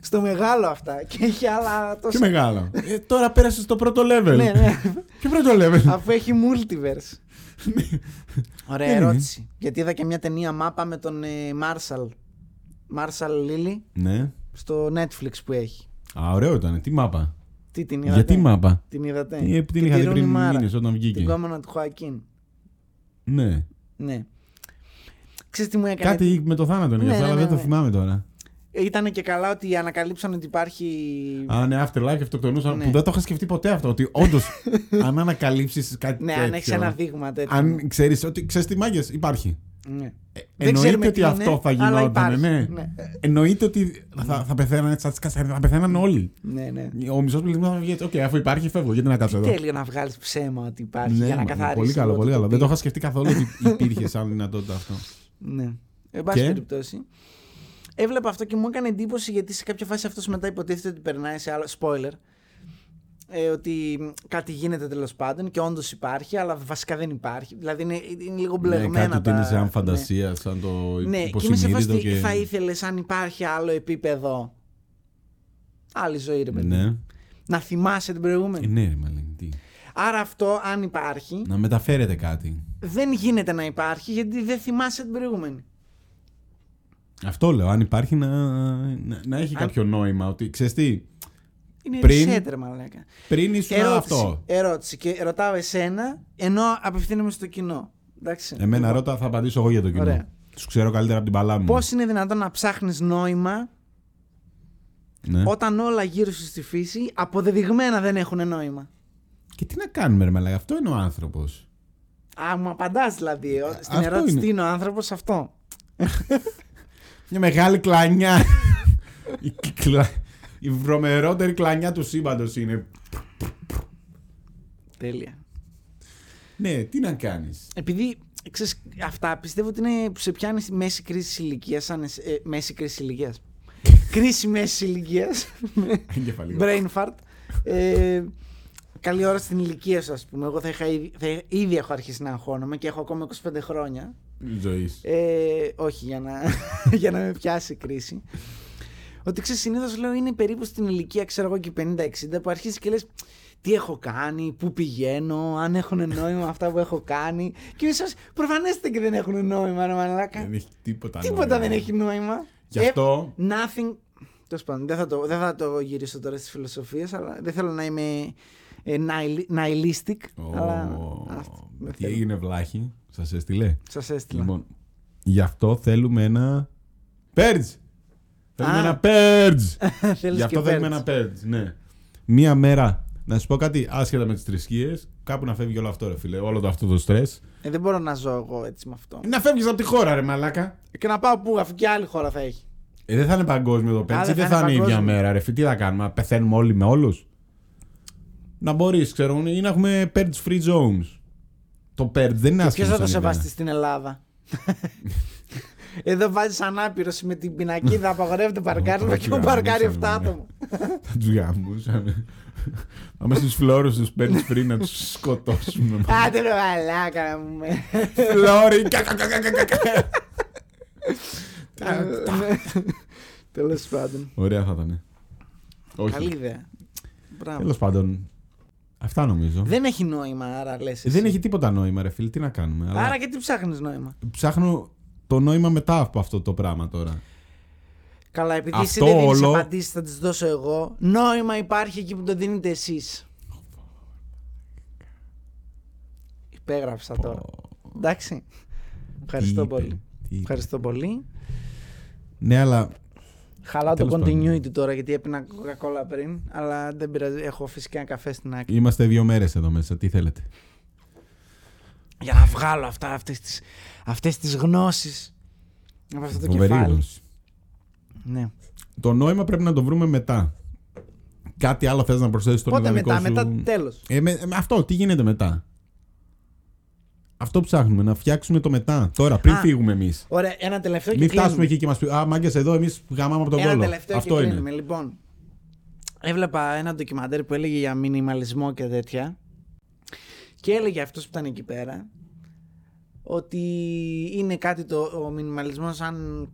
S2: στο μεγάλο αυτά. Και έχει άλλα
S1: Και
S2: τόσα.
S1: μεγάλο. Ε, τώρα πέρασες στο πρώτο level.
S2: ναι, ναι.
S1: Ποιο πρώτο level.
S2: Αφού έχει multiverse. Ωραία
S1: Δεν είναι.
S2: ερώτηση. Γιατί είδα και μια ταινία μάπα με τον ε, Marshall. Marshall Lily
S1: ναι.
S2: στο Netflix που έχει.
S1: Α, ωραίο ήταν. Τι μάπα.
S2: Τι την είδατε.
S1: Γιατί μάπα.
S2: Ναι, Την είδατε.
S1: Ε,
S2: Και
S1: Την είχα δει
S2: Ρούνι
S1: πριν
S2: Μάρα,
S1: μήνες όταν
S2: Την
S1: βγήκε.
S2: κόμμανα του Χωακίν.
S1: Ναι.
S2: Ναι. Ξέρεις τι μου έκανε.
S1: Κάτι με το θάνατο είναι
S2: Ε, Ναι,
S1: γι' αυτό,
S2: ναι, ναι,
S1: αλλά δεν το
S2: ναι.
S1: θυμάμαι τώρα.
S2: Ήτανε και καλά ότι ανακαλύψαν ότι υπάρχει...
S1: Α, ναι, afterlife, αυτοκτονούσαν.
S2: Ναι.
S1: Που δεν το είχα σκεφτεί ποτέ αυτό. Ότι όντως, αν ανακαλύψεις κάτι
S2: ναι,
S1: τέτοιο.
S2: αν έχεις ένα δείγμα τέτοιο.
S1: Αν ξέρεις ότι ξέρεις τι μάγκες, υπάρχει.
S2: Ναι.
S1: Ε,
S2: Δεν ξέρουμε
S1: εννοείται
S2: τι
S1: ότι αυτό
S2: είναι,
S1: θα
S2: αλλά
S1: γινόταν.
S2: υπάρχει.
S1: Ναι.
S2: Ναι.
S1: Ε, Εννοείται ότι θα, θα πεθαίνανε σαν τις κασέρες, θα πεθαίνανε όλοι.
S2: Ναι, ναι.
S1: Ο μισός πληθυσμός θα βγει έτσι. Οκ, αφού υπάρχει, φεύγω. Γιατί να κάτσω εδώ.
S2: Τέλειο να βγάλεις ψέμα ότι υπάρχει
S1: Ναι,
S2: για να
S1: μα,
S2: καθάρισεις.
S1: πολύ καλό,
S2: λίγο
S1: πολύ
S2: το
S1: καλό. Δεν το
S2: τοπίο.
S1: είχα σκεφτεί καθόλου ότι υπήρχε σαν δυνατότητα αυτό.
S2: Ναι. Εν πάση
S1: Και?
S2: περιπτώσει. Έβλεπα αυτό και μου έκανε εντύπωση γιατί σε κάποια φάση αυτός μετά υποτίθεται ότι περνάει σε άλλο. Spoiler. Ε, ότι κάτι γίνεται τέλος πάντων και όντως υπάρχει, αλλά βασικά δεν υπάρχει. Δηλαδή είναι, είναι λίγο μπλεγμένα
S1: ναι, κάτι είναι
S2: τα...
S1: σαν
S2: ναι.
S1: φαντασία, σαν το
S2: Ναι, και είμαι σε φάση
S1: υποσυνείδητο.
S2: τι
S1: Και...
S2: θα ήθελες αν υπάρχει άλλο επίπεδο. Άλλη ζωή, ρε παιδί.
S1: Ναι,
S2: Να θυμάσαι την
S1: Ε,
S2: προηγούμενη.
S1: ναι, ρε, μαλάκα, τι.
S2: Άρα αυτό, αν υπάρχει,
S1: Να μεταφέρετε κάτι.
S2: δεν γίνεται να υπάρχει γιατί δεν θυμάσαι την προηγούμενη.
S1: Αυτό λέω. Αν υπάρχει, να, να, να έχει
S2: Αν-
S1: κάποιο νόημα. Ότι ξέρεις τι,
S2: Είναι
S1: Πριν-
S2: reset, ρε μαλάκα.
S1: πριν ήσουν
S2: Ερώτηση,
S1: αυτό.
S2: ερώτηση. Και ρωτάω εσένα, ενώ απευθύνομαι στο κοινό. Εντάξει.
S1: Εμένα ρώτα, θα απαντήσω εγώ για το κοινό.
S2: Ωραία.
S1: Του ξέρω καλύτερα από την παλά μου.
S2: Πώς είναι δυνατόν να ψάχνεις νόημα
S1: Ναι.
S2: όταν όλα γύρω σου στη φύση αποδεδειγμένα δεν έχουν νόημα.
S1: Και τι να κάνουμε, ρε Μαλάκα, αυτό είναι ο άνθρωπος.
S2: Α, μου απαντάς δηλαδή. ε, Στην
S1: αυτό
S2: ερώτηση
S1: είναι.
S2: τι είναι ο άνθρωπος αυτό.
S1: Μια μεγάλη κλανιά. η, κλα... η βρωμερότερη κλανιά του σύμπαντος είναι.
S2: Τέλεια.
S1: Ναι, τι να κάνεις.
S2: Επειδή ξέρεις, αυτά πιστεύω ότι είναι που σε πιάνει στη μέση κρίσης ηλικίας. Σαν εσ- ε, μέση κρίσης ηλικίας. κρίση μέση ηλικίας.
S1: Εγκεφαλικό.
S2: Brain fart. Ε, καλή ώρα στην ηλικία σου, ας πούμε. Εγώ θα είχα ήδη, θα, ήδη έχω αρχίσει να αγχώνομαι και έχω ακόμα 25 χρόνια.
S1: Ζωής.
S2: Ε, όχι, για να, για να με πιάσει η κρίση. Ότι ξέρεις, συνήθως λέω είναι περίπου στην ηλικία, ξέρω εγώ και 50-60, που αρχίζεις και λες τι έχω κάνει, πού πηγαίνω, αν έχουν νόημα αυτά που έχω κάνει. Και ίσω προφανέστε και δεν έχουν νόημα, ρε Μαλάκα.
S1: Δεν έχει τίποτα.
S2: Τίποτα
S1: νόημα.
S2: δεν έχει νόημα.
S1: Γι'
S2: Ε,
S1: αυτό.
S2: Nothing. Τέλος πάντων, δεν θα, το, δεν θα το γυρίσω τώρα στις φιλοσοφίες, αλλά δεν θέλω να είμαι ε, nihil- nihilistic.
S1: Ω,
S2: Ε, αλλά. άστο, δεν
S1: Τι
S2: θέλω.
S1: έγινε, βλάχη. Σας έστειλε.
S2: Σας έστειλα.
S1: Λοιπόν, γι' αυτό θέλουμε ένα. Purge! Θέλουμε
S2: Α.
S1: ένα purge!
S2: Θέλεις
S1: γι' αυτό
S2: και
S1: θέλουμε
S2: birds.
S1: ένα purge, ναι. Μία μέρα, να σου πω κάτι άσχετα με τις θρησκείες, κάπου να φεύγει όλο αυτό, ρε φίλε. Όλο το, αυτό το στρε.
S2: Ε, δεν μπορώ να ζω εγώ έτσι με αυτό.
S1: Να φεύγεις από τη χώρα, ρε μαλάκα.
S2: Και να πάω που, αφού και άλλη χώρα θα έχει.
S1: Ε, δεν θα είναι παγκόσμιο το
S2: Α,
S1: purge,
S2: δεν
S1: δεν
S2: θα
S1: θα
S2: είναι
S1: είναι η ίδια
S2: παγκόσμιο.
S1: μέρα, ρε φίλε. Τι θα κάνουμε, να πεθαίνουμε όλοι με όλους. Να μπορείς, ξέρω, ή να έχουμε purge free zones. Το purge δεν είναι
S2: Ποιο
S1: άσχημο.
S2: θα το
S1: σαν ιδέα.
S2: σεβαστεί στην Ελλάδα. Εδώ βάζεις ανάπηρο με την πινακίδα, απαγορεύεται παρκάρισμα και μου παρκάρει 7 άτομα.
S1: Θα τους γαμούσαμε. Πάμε στους φλόρους τους παίρνεις free να τους σκοτώσουμε.
S2: Άντε ρε μαλάκα μου. ε.
S1: Φλόρι! κα, κα, κα, κα, κα, κα.
S2: Τέλος πάντων.
S1: Ωραία θα ήταν.
S2: Καλή
S1: Όχι.
S2: ιδέα. Μπράβο.
S1: Τέλος πάντων. Αυτά νομίζω.
S2: Δεν έχει νόημα, άρα λες.
S1: Δεν έχει τίποτα νόημα, ρε φίλε. Τι να κάνουμε. Αλλά
S2: Άρα και τι ψάχνεις νόημα.
S1: Ψάχνω το νόημα μετά από αυτό το πράγμα τώρα.
S2: Καλά, επειδή εσύ
S1: Αυτό
S2: δεν δίνεις
S1: όλο-
S2: απαντήσεις, θα τις δώσω εγώ. Νόημα υπάρχει εκεί που το δίνετε εσείς. Υπέγραψα τώρα. Εντάξει. Ευχαριστώ
S1: είπε,
S2: πολύ.
S1: τι είπε.
S2: Ευχαριστώ πολύ.
S1: Ναι, αλλά
S2: Χαλάω το
S1: Τέλος πάντων.
S2: continuity τώρα γιατί έπινα Coca-Cola πριν, αλλά δεν πειράζει. Έχω φυσικά ένα καφέ στην άκρη.
S1: είμαστε δύο μέρες εδώ μέσα. Τι θέλετε.
S2: Για να βγάλω αυτά, αυτές τις, αυτές τις γνώσεις από αυτό το
S1: Φοβερή
S2: κεφάλι.
S1: γνώση.
S2: Ναι.
S1: Το νόημα πρέπει να το βρούμε μετά. Κάτι άλλο θες να προσθέσεις στον
S2: Πότε
S1: ιδανικό
S2: μετά,
S1: σου.
S2: μετά τέλος.
S1: Ε, με, με αυτό, τι γίνεται μετά. Αυτό ψάχνουμε, να φτιάξουμε το μετά. Τώρα, πριν
S2: Α.
S1: φύγουμε εμείς.
S2: Ωραία, ένα τελευταίο και
S1: Μην φτάσουμε
S2: κλείνουμε.
S1: εκεί και μας πει Α, μάγκες εδώ, εμείς γαμάμε από τον
S2: Ένα
S1: κόλλο.
S2: τελευταίο
S1: Αυτό
S2: και
S1: είναι.
S2: κλείνουμε. Λοιπόν, έβλεπα ένα ντοκιμαντέρ που έλεγε για μινιμαλισμό και τέτοια και έλεγε αυτός που ήταν εκεί πέρα ότι είναι κάτι το ο μινιμαλισμός σαν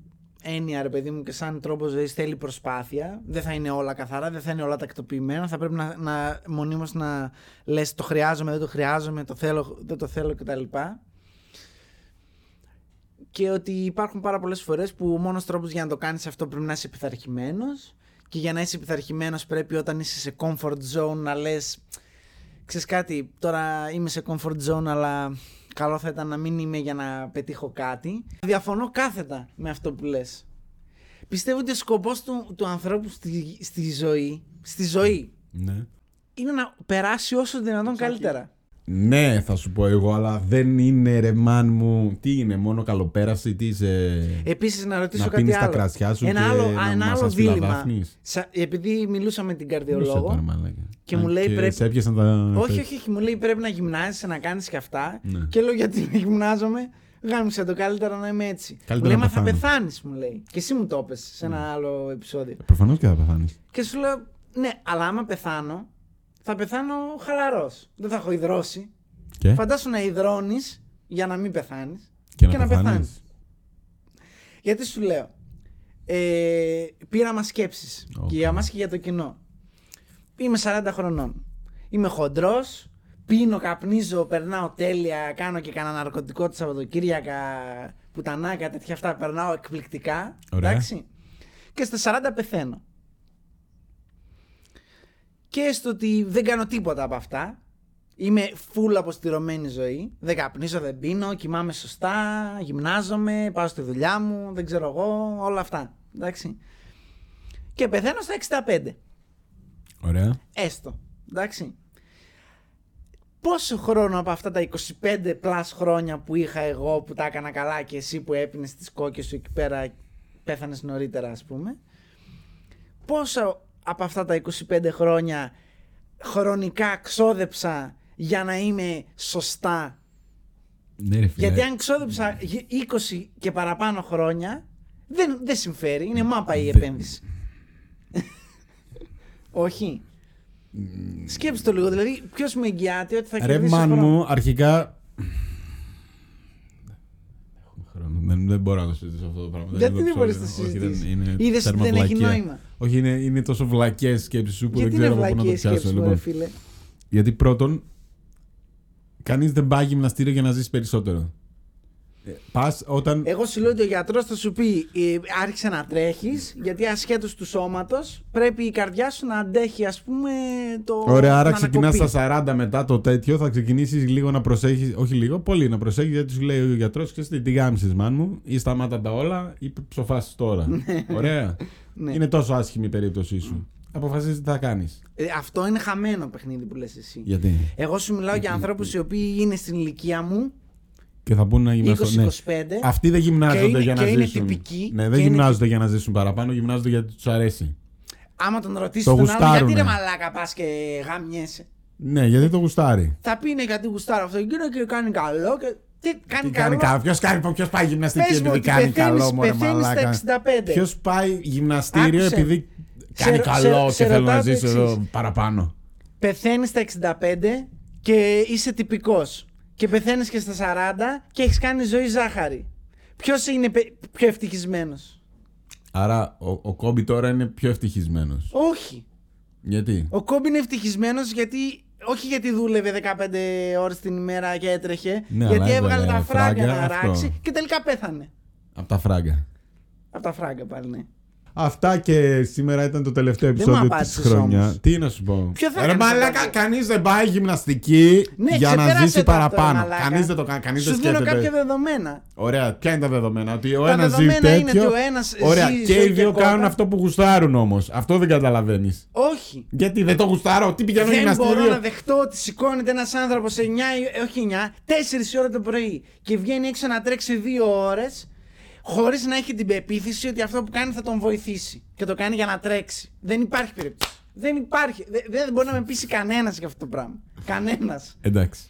S2: έννοια ρε παιδί μου και σαν τρόπος ζωής θέλει προσπάθεια δεν θα είναι όλα καθαρά, δεν θα είναι όλα τακτοποιημένα θα πρέπει να, να μονίμως να λες το χρειάζομαι, δεν το χρειάζομαι το θέλω, δεν το θέλω κτλ και ότι υπάρχουν πάρα πολλές φορές που ο μόνος τρόπος για να το κάνεις αυτό πρέπει να είσαι πειθαρχημένος. Και για να είσαι πειθαρχημένος πρέπει όταν είσαι σε comfort zone να λες. Ξέρεις κάτι, τώρα είμαι σε comfort zone αλλά καλό θα ήταν να μην είμαι για να πετύχω κάτι. Διαφωνώ κάθετα με αυτό που λες. Πιστεύω ότι ο σκοπός του, του ανθρώπου στη, στη ζωή, στη ζωή
S1: Ναι.
S2: είναι να περάσει όσο δυνατόν καλύτερα.
S1: ναι, θα σου πω εγώ, αλλά δεν είναι ρεμάν μου. Τι είναι, μόνο καλοπέραση, τι είσαι.
S2: Επίσης, να ρωτήσω
S1: Να
S2: κάτι
S1: πίνεις τα
S2: άλλο.
S1: κρασιά σου
S2: ένα
S1: και
S2: άλλο,
S1: να
S2: ένα
S1: μας
S2: άλλο δίλημα.
S1: ασπιλαδάφνεις.
S2: Σα- επειδή μιλούσα με την
S1: Μισό
S2: καρδιολόγο.
S1: τώρα, μαλάκα.
S2: Και
S1: Α,
S2: μου λέει, πρέπει-
S1: Σε έπιασαν τα.
S2: όχι, όχι, όχι, μου λέει πρέπει να γυμνάζεσαι, να κάνεις και αυτά.
S1: Ναι.
S2: Και λέω γιατί να γυμνάζομαι. Γάμισε το καλύτερα να είμαι έτσι.
S1: Καλύτερα
S2: μου λέει,
S1: να
S2: μα θα
S1: πεθάνω». Ναι.
S2: πεθάνεις, μου λέει. Και εσύ μου το έπεσες σε ένα άλλο επεισόδιο.
S1: Προφανώς και θα πεθάνεις.
S2: Και σου λέω, ναι, αλλά άμα πεθάνω, θα πεθάνω χαλαρός. Δεν θα έχω υδρώσει.
S1: Και,
S2: Φαντάσου να υδρώνεις για να μην πεθάνεις. και
S1: και, να
S2: να
S1: πεθάνεις.
S2: πεθάνεις. Γιατί σου λέω. Ε, πείραμα σκέψη.
S1: Οκ.
S2: Και για μας και για το κοινό. Είμαι 40 χρονών. Είμαι χοντρός. Πίνω, καπνίζω, περνάω τέλεια. Κάνω και κανένα ναρκωτικό τη Σαββατοκύριακα. Πουτανάκα, τέτοια αυτά. Περνάω εκπληκτικά.
S1: Ωραία.
S2: Εντάξει. Και στα 40 πεθαίνω. Και στο ότι δεν κάνω τίποτα από αυτά. Είμαι full αποστηρωμένη ζωή. Δεν καπνίζω, δεν πίνω, κοιμάμαι σωστά, γυμνάζομαι, πάω στη δουλειά μου, δεν ξέρω εγώ, όλα αυτά. Εντάξει. Και πεθαίνω στα 65.
S1: Ωραία.
S2: Έστω. Εντάξει. Πόσο χρόνο από αυτά τα 25 plus χρόνια που είχα εγώ που τα έκανα καλά και εσύ που έπινες τις κόκκες σου εκεί πέρα πέθανες νωρίτερα ας πούμε. Πόσο από αυτά τα 25 χρόνια χρονικά ξόδεψα για να είμαι σωστά.
S1: Ναι, ρε φίλε.
S2: Γιατί αν ξόδεψα γε- 20 και παραπάνω χρόνια δεν, δεν συμφέρει. Είναι μάπα η επένδυση. Όχι. Σκέψτε το λίγο. Δηλαδή, ποιος με εγγυάται ότι θα
S1: Ρε
S2: κερδίσει.
S1: μαν
S2: χρόνο.
S1: μου, αρχικά. Δεν έχουμε χρόνο. Δεν, δεν μπορώ να το συζητήσω αυτό το πράγμα.
S2: Γιατί
S1: είναι
S2: δεν
S1: το
S2: μπορείς να
S1: ψώνιο. Όχι,
S2: συζητήσεις?
S1: δεν είναι
S2: Είδες ότι
S1: τέρμα
S2: δεν έχει
S1: βλακεία.
S2: νόημα.
S1: Όχι, είναι, είναι τόσο βλακές σκέψεις σου που
S2: Γιατί
S1: δεν
S2: είναι βλακή η
S1: ξέρω από πού να το πιάσω.
S2: σκέψη μου,
S1: λοιπόν.
S2: ρε φίλε.
S1: Γιατί πρώτον, κανείς δεν πάει γυμναστήριο για να ζήσει περισσότερο. Πας όταν.
S2: Εγώ σου λέω ότι ο γιατρός θα σου πει ε, άρχισε να τρέχεις, γιατί ασχέτως του σώματος πρέπει η καρδιά σου να αντέχει, ας πούμε, το.
S1: Ωραία, άρα
S2: την
S1: ξεκινάς
S2: ανακοπή.
S1: στα 40 μετά το τέτοιο, θα ξεκινήσεις λίγο να προσέχεις. Όχι λίγο, πολύ να προσέχεις γιατί σου λέει ο γιατρός: Ξέρεις τι, τι γάμισες, μάν μου, ή σταμάτα τα όλα, ή ψοφάσεις τώρα. Ωραία.
S2: Ναι.
S1: Είναι τόσο άσχημη η περίπτωσή σου. Αποφασίζεις τι θα κάνεις.
S2: Ε, αυτό είναι χαμένο παιχνίδι που λες εσύ.
S1: Γιατί.
S2: Εγώ σου μιλάω για ανθρώπους οι οποίοι είναι στην ηλικία μου,
S1: Και θα μπουν να
S2: 20-25.
S1: γυμναστούν. Ναι. Αυτοί δεν
S2: Και
S1: γυμνάζονται
S2: είναι-
S1: για να
S2: και είναι
S1: ζήσουν.
S2: τυπικοί.
S1: ναι,
S2: Και
S1: δεν
S2: είναι
S1: γυμνάζονται για να ζήσουν παραπάνω, γυμνάζονται γιατί τους αρέσει.
S2: Άμα τον ρωτήσεις
S1: Το
S2: τον άλλο, γιατί
S1: γουστάρουνε.
S2: ρε μαλάκα πας και γαμιέσαι.
S1: Ναι, γιατί το γουστάρει.
S2: Θα πει ναι, γιατί γουστάρω αυτόν τον κύριο και κάνει καλό. Και... Τι κάνει
S1: Τι
S2: καλό.
S1: κάνει καλό. Ποιος κάνει, ποιος πάει γυμναστήριο
S2: Πες μου
S1: επειδή
S2: ότι
S1: κάνει καλό,
S2: πεθαίνεις-
S1: μωρέ
S2: πεθαίνεις στα
S1: μαλάκα.
S2: 65.
S1: Ποιος πάει γυμναστήριο
S2: Άκουσε.
S1: επειδή
S2: Σε-
S1: κάνει
S2: σε-
S1: καλό
S2: σε
S1: και θέλω
S2: ρωτάω
S1: να
S2: το
S1: ζήσω
S2: εξής.
S1: εδώ παραπάνω.
S2: Πεθαίνεις στα 65 και είσαι τυπικός. Και πεθαίνεις και στα 40 και έχεις κάνει ζωή ζάχαρη. Ποιος είναι πε- πιο ευτυχισμένος.
S1: Άρα ο, ο Κόμπι τώρα είναι πιο ευτυχισμένος.
S2: Όχι.
S1: Γιατί.
S2: Ο Κόμπι είναι ευτυχισμένος γιατί όχι γιατί δούλευε 15 ώρες την ημέρα και έτρεχε.
S3: Ναι, αλλά
S2: γιατί
S3: έβγαλε
S2: έβγαλε τα φράγκα
S3: φράγκα,
S2: να
S3: αυτό.
S2: ράξει και τελικά πέθανε.
S3: Από τα φράγκα.
S2: Από τα φράγκα πάλι, ναι.
S1: Αυτά και σήμερα ήταν το τελευταίο
S2: μου
S1: επεισόδιο της
S2: απάντησες
S1: χρονιάς.
S2: όμως.
S1: Τι να σου πω.
S2: Ποιο θα
S1: Ρε
S2: έκανες
S1: μαλάκα,
S2: απάντηση?
S1: κανείς δεν πάει γυμναστική
S2: Ναι,
S1: για να
S2: ξεπέρασε
S1: ζήσει
S2: το αυτό, ρε
S1: παραπάνω.
S2: μαλάκα.
S1: Κανείς δεν το κάνει, κανεί δεν
S2: Σου δίνω κάποια
S1: σκέφτεται.
S2: δεδομένα.
S1: Ωραία, ποια είναι τα δεδομένα. Ότι ο
S2: Τα
S1: ένας ζει
S2: δεδομένα είναι
S1: τέτοιο.
S2: ότι ο ένας
S1: Ωραία,
S2: ζει
S1: και
S2: ζωή
S1: οι
S2: και
S1: δύο
S2: κόκα.
S1: κάνουν αυτό που γουστάρουν όμως. Αυτό δεν καταλαβαίνεις.
S2: Όχι.
S1: Γιατί δεν το γουστάρω, τι πηγαίνω
S2: Δεν μπορώ να
S1: γυμναστήριο.
S2: δεχτώ ότι σηκώνεται ένας άνθρωπος 9, ή- ε, όχι 9, 4 ώρα το πρωί και βγαίνει έξω να τρέξει 2 ώρες χωρίς να έχει την πεποίθηση ότι αυτό που κάνει θα τον βοηθήσει. Και το κάνει για να τρέξει. Δεν υπάρχει περίπτωση. Δεν υπάρχει. Δε- Δεν, μπορεί να με πείσει κανένας για αυτό το πράγμα. Κανένας.
S1: Εντάξει.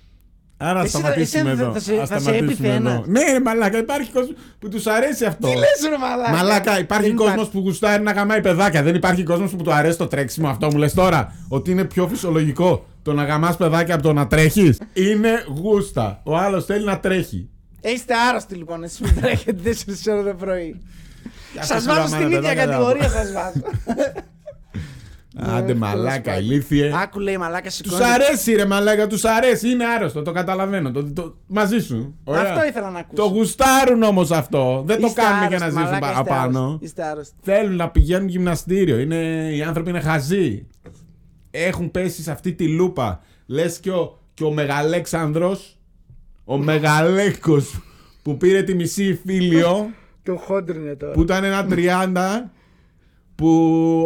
S1: Άρα
S2: Εσύ θα-
S1: σταματήσουμε
S2: εσένα θα-
S1: εδώ.
S2: θα σε-
S1: Ας
S2: θα σε
S1: σταματήσουμε
S2: έπιθε
S1: εδώ.
S2: ένας.
S1: Ναι, ρε μαλάκα, υπάρχει κόσμος που τους αρέσει αυτό.
S2: Τι λες, ρε μαλάκα.
S1: Μαλάκα, υπάρχει
S2: Δεν
S1: κόσμος που γουστάρει να γαμάει παιδάκια. Δεν υπάρχει κόσμος που του αρέσει το τρέξιμο αυτό. Μου λες τώρα ότι είναι πιο φυσιολογικό το να γαμάς παιδάκια από το να τρέχεις. Είναι γούστα. Ο άλλος θέλει να τρέχει.
S2: Είστε άρρωστοι λοιπόν εσείς που τρέχετε 4 ώρα το πρωί. Σα
S1: αυτό
S2: βάζω
S1: γαμάνε
S2: στην ίδια
S1: παιδάκια,
S2: κατηγορία, σας βάζω.
S1: Άντε μαλάκα, ηλίθιε.
S2: Άκου λέει μαλάκα,
S1: Τους
S2: σηκώνει.
S1: Ε, αρέσει ρε μαλάκα, τους αρέσει. Είναι άρρωστο, το καταλαβαίνω. Το, το- μαζί σου. Ωραία.
S2: Αυτό ήθελα να ακούσω.
S1: Το γουστάρουν όμως αυτό. Δεν το
S2: Είστε
S1: κάνουν για να
S2: άρρωστοι,
S1: ζήσουν
S2: μαλάκα, είστε
S1: παραπάνω.
S2: άρρωστοι. Είστε άρρωστοι.
S1: Θέλουν να πηγαίνουν γυμναστήριο. Είναι, οι άνθρωποι είναι χαζοί. Έχουν πέσει σε αυτή τη λούπα. Λες και ο, και ο Μεγαλέξανδρος, ο Μεγαλέκος που πήρε τη μισή φίλιο,
S2: Το χόντρινε τώρα.
S1: που ήταν ένα 30, που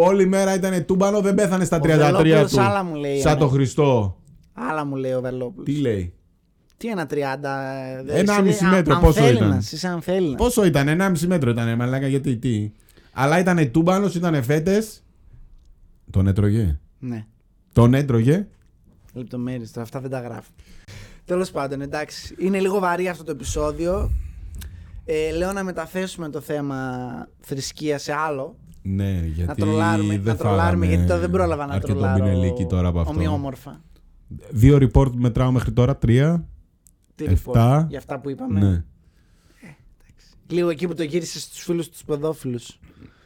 S1: όλη μέρα ήταν τούμπανο, δεν πέθανε στα 33
S2: Βελόπουλος
S1: του.
S2: άλλα μου λέει, ε.
S1: σαν
S2: εμένα.
S1: τον Χριστό.
S2: Άλλα μου λέει ο Βελόπουλος.
S1: Τι
S2: Τι,
S1: λέει.
S2: ένα 30. δε-
S1: Ένα
S2: εσύ
S1: μισή
S2: δε- αν-
S1: μέτρο,
S2: αν
S1: πόσο
S2: θέλει
S1: ήταν?
S2: να, Είσαι αν θέλει. να.
S1: Πόσο ήταν, 1,5 μέτρο ήταν, μαλάκα, γιατί τι. Αλλά ήταν τούμπανο, ήταν φέτες. Τον έτρωγε.
S2: Ναι.
S1: Τον έτρωγε.
S2: Λεπτομέρειες τώρα, αυτά δεν τα γράφει. Τέλος πάντων, εντάξει. Είναι λίγο βαρύ αυτό το επεισόδιο. Ε, λέω να μεταθέσουμε το θέμα θρησκείας σε άλλο.
S1: Ναι, γιατί
S2: να τρολάρουμε,
S1: δεν
S2: να τρολάρουμε
S1: φάγαμε
S2: γιατί τώρα δεν πρόλαβα να
S1: αρκετό
S2: τρολάρω.
S1: μπινελίκι τώρα από αυτό.
S2: Ομοιόμορφα.
S1: Δύο report μετράω μέχρι τώρα, τρία.
S2: Τι
S1: Εφτά.
S2: report, για αυτά που είπαμε.
S1: Ναι.
S2: Λίγο εκεί που το γύρισες στους φίλους τους παιδόφιλους.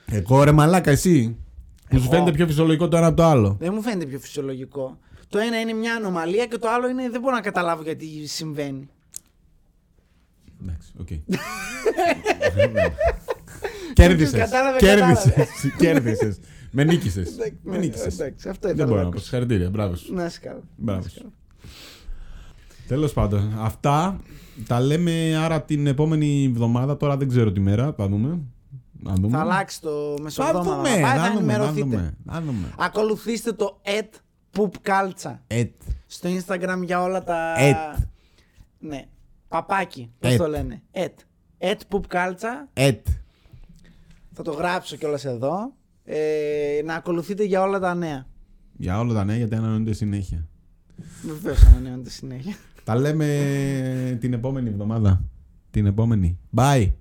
S1: Εγώ ρε μαλάκα, εσύ. Που σου
S2: Εγώ.
S1: φαίνεται πιο φυσιολογικό το ένα από το άλλο.
S2: Δεν μου φαίνεται πιο φυσιολογικό. Το ένα είναι μια ανομαλία και το άλλο είναι δεν μπορώ να καταλάβω γιατί συμβαίνει.
S1: Εντάξει, οκ.
S2: Τον
S1: Κέρδισες.
S2: κατάλαβε,
S1: Κέρδισες. Κέρδισες. Με νίκησες. Με
S2: Ε,
S1: νίκησες.
S2: Εντάξει, αυτό ήταν.
S1: Δεν μπορώ να πω. Συγχαρητήρια, μπράβο σου.
S2: Να είσαι καλά.
S1: Μπράβο. Τέλος πάντων, αυτά τα λέμε άρα την επόμενη εβδομάδα. Τώρα δεν ξέρω τι μέρα, θα δούμε. Να δούμε.
S2: Θα αλλάξει το
S1: Θα
S2: μεσοδόμα.
S1: δούμε,
S2: θα
S1: θα δούμε, θα
S2: ενημερωθείτε.
S1: δούμε, θα δούμε.
S2: Ακολουθήστε το et poop culture
S1: Ετ.
S2: στο Instagram για όλα τα.
S1: Et.
S2: Ναι. Παπάκι, πώς
S1: Et.
S2: το λένε. Et. Et poop culture.
S1: Ετ.
S2: Θα το γράψω κιόλας εδώ. Ε, να ακολουθείτε για όλα τα νέα.
S1: Για όλα τα νέα, γιατί ανανεώνεται συνέχεια.
S2: Βεβαίως ανανεώνεται συνέχεια.
S1: Τα λέμε την επόμενη εβδομάδα. Την επόμενη. Bye.